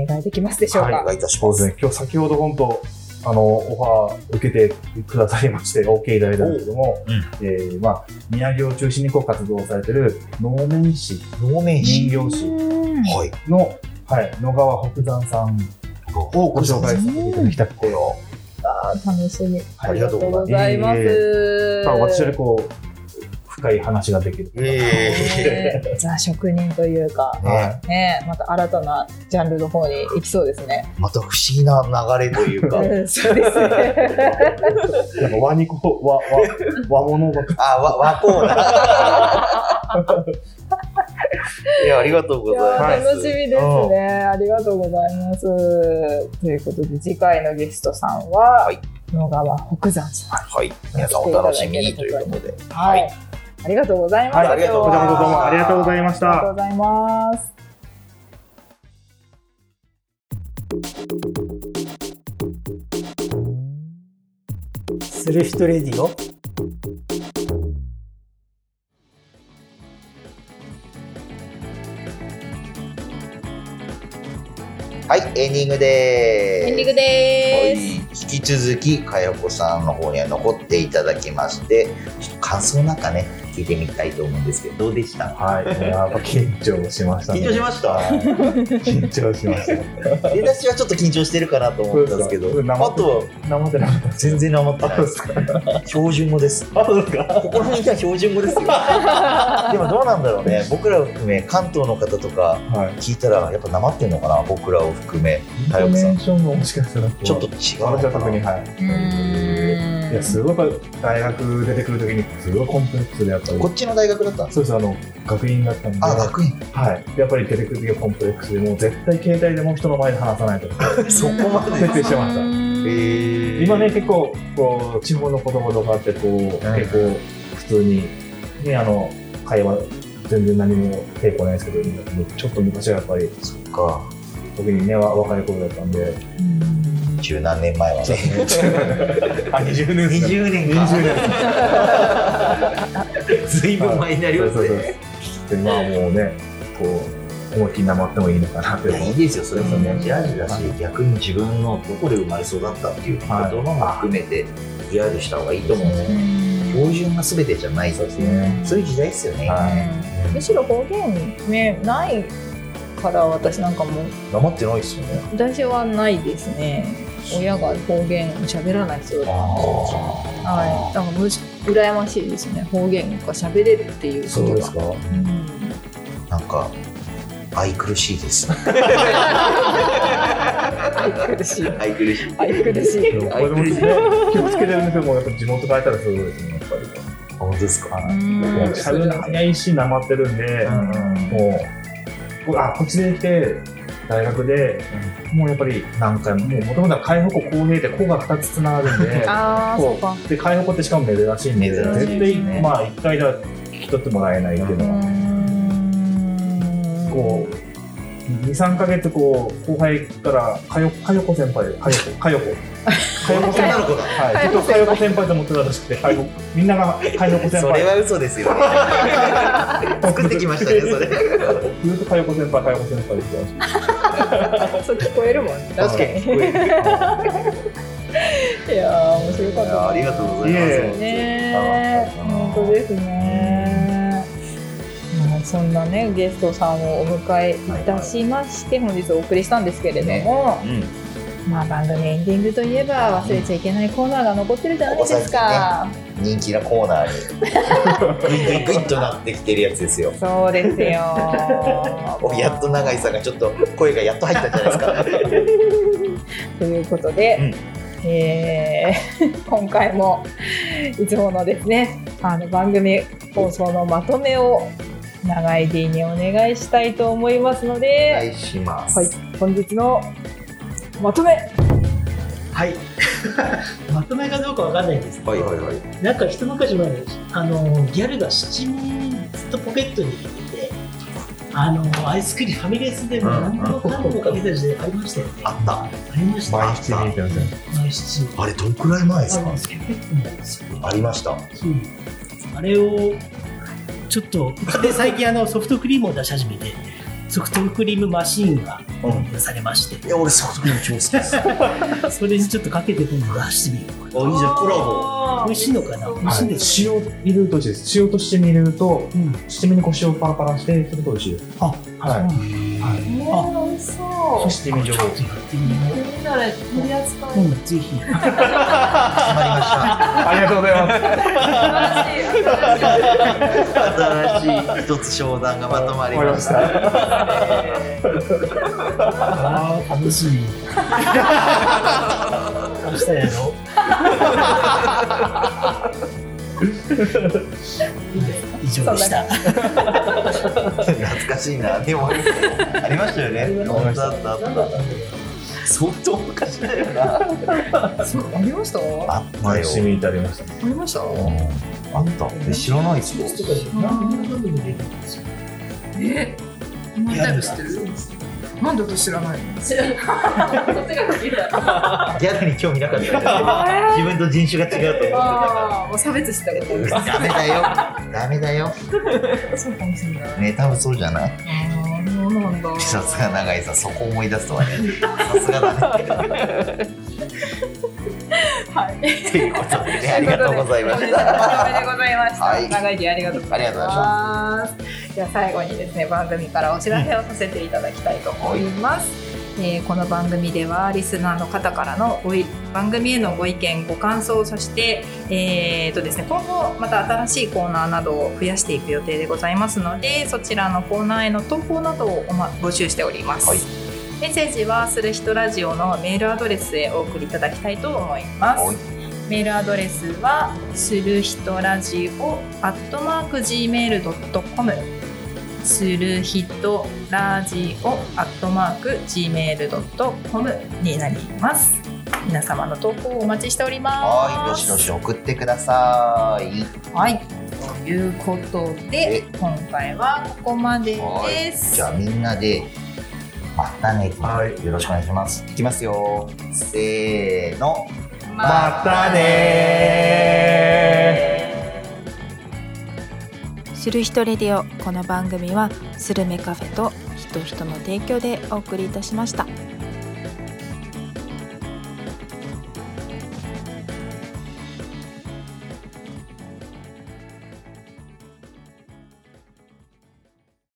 Speaker 1: お願いできますでしょうか。
Speaker 2: お願いいたし
Speaker 4: そ
Speaker 2: ま
Speaker 4: うです
Speaker 2: す。
Speaker 4: ね。今日先ほど本当、あの、オファー受けてくださいまして、OK いただいたんですけども、
Speaker 2: うん
Speaker 4: えーまあ、宮城を中心にこう活動されてる能面師、
Speaker 2: 能面師
Speaker 4: 人形師
Speaker 1: うん
Speaker 2: はい
Speaker 4: の、はい、野川北山さんをご紹介させていただきたく、これを。
Speaker 1: あー楽しみ。
Speaker 2: ありがとうご
Speaker 4: ざいま
Speaker 1: あ
Speaker 4: す
Speaker 1: りがとうございます。
Speaker 4: まあ私よりこう、深い話ができる。
Speaker 2: え
Speaker 1: ねえザ職人というか
Speaker 2: え、
Speaker 4: は
Speaker 2: ね
Speaker 4: い。
Speaker 1: ねえまた新たなジャンルの方に行きそうですね。
Speaker 2: また不思議な流れというか
Speaker 1: うんそうですね。
Speaker 4: なんか和にこう、和、和、和物が。
Speaker 2: あわ和コーナーいやありがとうご
Speaker 1: いや
Speaker 2: ざいま
Speaker 1: ー
Speaker 2: す
Speaker 1: 楽しみですね。ありがとうございます。ということで次回のゲストさんは、
Speaker 2: はい
Speaker 1: 野川北山さん。
Speaker 2: はい皆さんお楽しみにということで
Speaker 1: はい。ありがとうございます。
Speaker 4: はい
Speaker 2: ありがとう
Speaker 4: こ
Speaker 2: ご
Speaker 4: ち
Speaker 2: ざい
Speaker 4: ら
Speaker 2: ます
Speaker 4: こそどうもありがとうございま
Speaker 1: 今
Speaker 4: し
Speaker 1: 日はありがとう
Speaker 4: た。
Speaker 1: ございます。
Speaker 5: する人レディオ
Speaker 2: はいエンディングでーす
Speaker 6: エンディングでーす。
Speaker 2: はい、引き続きかよこさんの方には残っていただきましてちょっと感想なんかね聞いてみたいと思うんですけどどうでした
Speaker 4: はい。やっぱ緊張しましたね。
Speaker 2: 緊張しました
Speaker 4: はい緊張しました。
Speaker 2: 出だしはちょっと緊張してるかなと思ったんですけ
Speaker 4: そ
Speaker 2: ど
Speaker 4: うですか
Speaker 2: あとは
Speaker 4: 生でなかったです
Speaker 2: 全然なまってないです標準語です
Speaker 4: あ、そうですか。
Speaker 2: ここのみんな標準語 ですよでもどうなんだろうね僕らを含め関東の方とか
Speaker 4: はい。
Speaker 2: 聞いたらやっぱなまってんのかな僕らを含め太
Speaker 4: イン
Speaker 2: 陽
Speaker 4: トネ
Speaker 2: さん
Speaker 4: ーションももしかしたらこう
Speaker 2: ちょっと違うの
Speaker 4: 私
Speaker 2: か
Speaker 4: は特に
Speaker 2: な
Speaker 4: はい。
Speaker 2: へ
Speaker 4: いや、すごく大学出てくるときにすごいコンプレックスでやっぱり
Speaker 2: こ。っちの大学だったんです
Speaker 4: そうですあの学院だったんで、
Speaker 2: あ学院
Speaker 4: はい、やっぱり出てくる時はコンプレックスで、もう絶対携帯でもう人の前で話さないとか、
Speaker 2: そこまで
Speaker 4: 徹底してました。
Speaker 2: え
Speaker 4: 今ね、結構こう地方の子供とかってこう、結構普通にねあの会話全然何も抵抗ないですけど、ちょっと昔はやっぱり
Speaker 2: そっか
Speaker 4: 特にねわ若い頃だったん で、
Speaker 2: 十何年前はね
Speaker 4: あ20年ですね。
Speaker 2: 20年
Speaker 4: 20年。
Speaker 2: ずいぶん前になります
Speaker 4: そうそう
Speaker 2: ね
Speaker 4: そうでまあもうねこう思いっきりなまってもいいのかなって
Speaker 2: いやいいですよそれも
Speaker 4: う
Speaker 2: ね
Speaker 4: ん
Speaker 2: ジラジラし逆に自分のどこで生まれ育ったっていうこと
Speaker 4: はい
Speaker 2: も含めてリアルした方がいいと思うんですよね標準が全てじゃないそうです
Speaker 4: ね
Speaker 2: そういう時代ですよね
Speaker 4: は
Speaker 1: むしろ方言ねないから私なんかも
Speaker 2: 黙ってないですよね
Speaker 1: 私はないですね親が方言喋らない人だったんではいだからむし羨ましいですね方言が喋れるっていうことが
Speaker 4: そうですか
Speaker 1: うん
Speaker 2: なんか愛くるしいです
Speaker 1: 愛くるしい
Speaker 2: 愛くるしい
Speaker 1: 愛くるしい
Speaker 4: いでもこれもね気をつけてるんですけどもやっぱ地元変えたらすごいですねやっぱり。
Speaker 2: 本当ですか
Speaker 4: もうしゃべるの早いしなまってるんで、もうこあこっちで来て大学で、もうやっぱり何回ももともとは海北公平って「こ」が2つつながるん で
Speaker 1: ああそうか
Speaker 4: で海北ってしかも珍しいんで
Speaker 2: 珍しい
Speaker 4: 絶
Speaker 1: で
Speaker 4: 対、
Speaker 1: すね
Speaker 4: まあ1回では聞き取ってもらえないっていうのが、こう23か月こう後輩から「かよかよこ先輩」かよこ「か よこ」かよこ
Speaker 2: 女
Speaker 4: 先輩
Speaker 2: の子だ
Speaker 4: はい、ずっとかよこ先輩と思ってたらしくて、かよこみんながかよこ先
Speaker 2: それ
Speaker 4: 輩、
Speaker 2: は嘘ですよね作ってきましたねそれ
Speaker 4: ずっとかよこ先輩、かよこ先輩って言ってました。
Speaker 1: そう聞こえるもんね確かに
Speaker 2: 聞こえる
Speaker 1: いやー面白かっ
Speaker 2: い
Speaker 1: た
Speaker 2: や
Speaker 1: な
Speaker 2: ありがとうございます
Speaker 4: いえいえ
Speaker 2: 本当
Speaker 1: ねえ本
Speaker 2: に
Speaker 1: 当ですね。まあそんなねゲストさんをお迎えいたしまして、本日お送りしたんですけれども、
Speaker 2: うん
Speaker 1: まあ番組エンディングといえば忘れちゃいけないコーナーが残ってるじゃないですか。
Speaker 2: 人気なコーナー にグイグイグイっとなってきてるやつですよ
Speaker 1: そうですよ
Speaker 2: お。やっと永井さんがちょっと声がやっと入ったんじゃ ないですか
Speaker 1: ということで、えー今回もいつものですねあの番組放送のまとめを長い D にお願いしたいと思いますの
Speaker 2: お願
Speaker 1: で、
Speaker 2: いします
Speaker 1: はい、本日のまとめ
Speaker 5: はい まとめかどうかわかんないんですけど、
Speaker 2: はいはいはい
Speaker 5: なんか一昔前にあのギャルが七味ずっとポケットに入れててあのアイスクリームファミレスでも何でもかんでもかけた時代ありましたよね
Speaker 2: あった
Speaker 5: ありました
Speaker 2: 毎
Speaker 5: よ
Speaker 4: 毎日見てますよね。
Speaker 5: 毎七味
Speaker 2: あれどんくらい前です
Speaker 5: あ
Speaker 2: か
Speaker 5: のスケベットなんですよ
Speaker 2: ありました
Speaker 5: そうあれをちょっとで最近あのソフトクリームを出し始めてソフトクリームマシーンが
Speaker 2: うん
Speaker 5: 導入されまして、
Speaker 2: いや、俺、ソフトクリーム超好きです。
Speaker 5: それにちょっとかけて今度出してみよ
Speaker 2: あ、
Speaker 5: うか
Speaker 2: いいじゃん、コラボ。
Speaker 5: な。
Speaker 3: ボ
Speaker 5: 美味しいのかな美味しいんです
Speaker 4: 塩入れると美味しいです。塩と七味入れると、
Speaker 5: か、うん
Speaker 4: 七味にこう塩パラパラして、それと美味しいです。
Speaker 5: あ、
Speaker 4: はい
Speaker 5: はい。
Speaker 3: おいしそ
Speaker 4: そして七味
Speaker 5: ちょ
Speaker 4: 醤
Speaker 5: っとやってみよ
Speaker 3: う。みんなで取り扱
Speaker 5: う。
Speaker 3: い。
Speaker 5: うん、ぜひ。
Speaker 2: 決まりました。
Speaker 4: ありがとうございます。
Speaker 2: 新しい一つ商談がまとまりました。
Speaker 4: わか
Speaker 5: ああ、楽しみ。明日やろ う。以上でした。
Speaker 2: 懐かしいな。でも、ありましたよね。本当だった、あったあった。相当昔だよな。
Speaker 1: ありましたあ
Speaker 2: あったよ。
Speaker 4: 味いただきました。
Speaker 1: りました
Speaker 2: あった。え知らないっすよ。
Speaker 5: とかで何でも飲んでもできるんですよ。
Speaker 1: え何
Speaker 5: や
Speaker 1: タイ
Speaker 5: る
Speaker 1: ム
Speaker 5: ん
Speaker 1: 知ってる
Speaker 5: だ
Speaker 1: なんで私知らないの
Speaker 2: ギャルに興味なかったんだよね自分と人種が違うと思ってたか
Speaker 1: ああ、もう差別してたこと
Speaker 2: ら。ダメだよ。ダメだよ。
Speaker 1: そうかもしれない。
Speaker 2: ね、多分そうじゃない。
Speaker 1: ああ、そうなんだ。
Speaker 2: さすが長井さん、そこ思い出すと はね。さすがだね。
Speaker 1: はい。
Speaker 2: ということでね、ありがとうございまし
Speaker 1: おめで
Speaker 2: た。
Speaker 1: とうございました。
Speaker 2: はい
Speaker 1: 長い日ありがとうございます。じゃあ最後にですね番組からお知らせをさせていただきたいと思います。えーこの番組ではリスナーの方からのごい番組へのご意見ご感想そして、えーとですね、今後また新しいコーナーなどを増やしていく予定でございますのでそちらのコーナーへの投稿などをおま募集しております。
Speaker 2: はい
Speaker 1: メッセージはする人ラジオのメールアドレスへお送りいただきたいと思います。
Speaker 2: はい
Speaker 1: メールアドレスはするひとラジオアットマーク Gmail.com するひとラジオアットマーク Gmail.com になります皆様の投稿をお待ちしております
Speaker 2: はい、どしどし送ってください。
Speaker 1: はいということで今回はここまでです
Speaker 2: じゃあみんなで、またね、よろしくお願いします。いきますよ。せーの。
Speaker 4: またねー。
Speaker 3: する人レディオこの番組はスルメカフェと人人の提供でお送りいたしました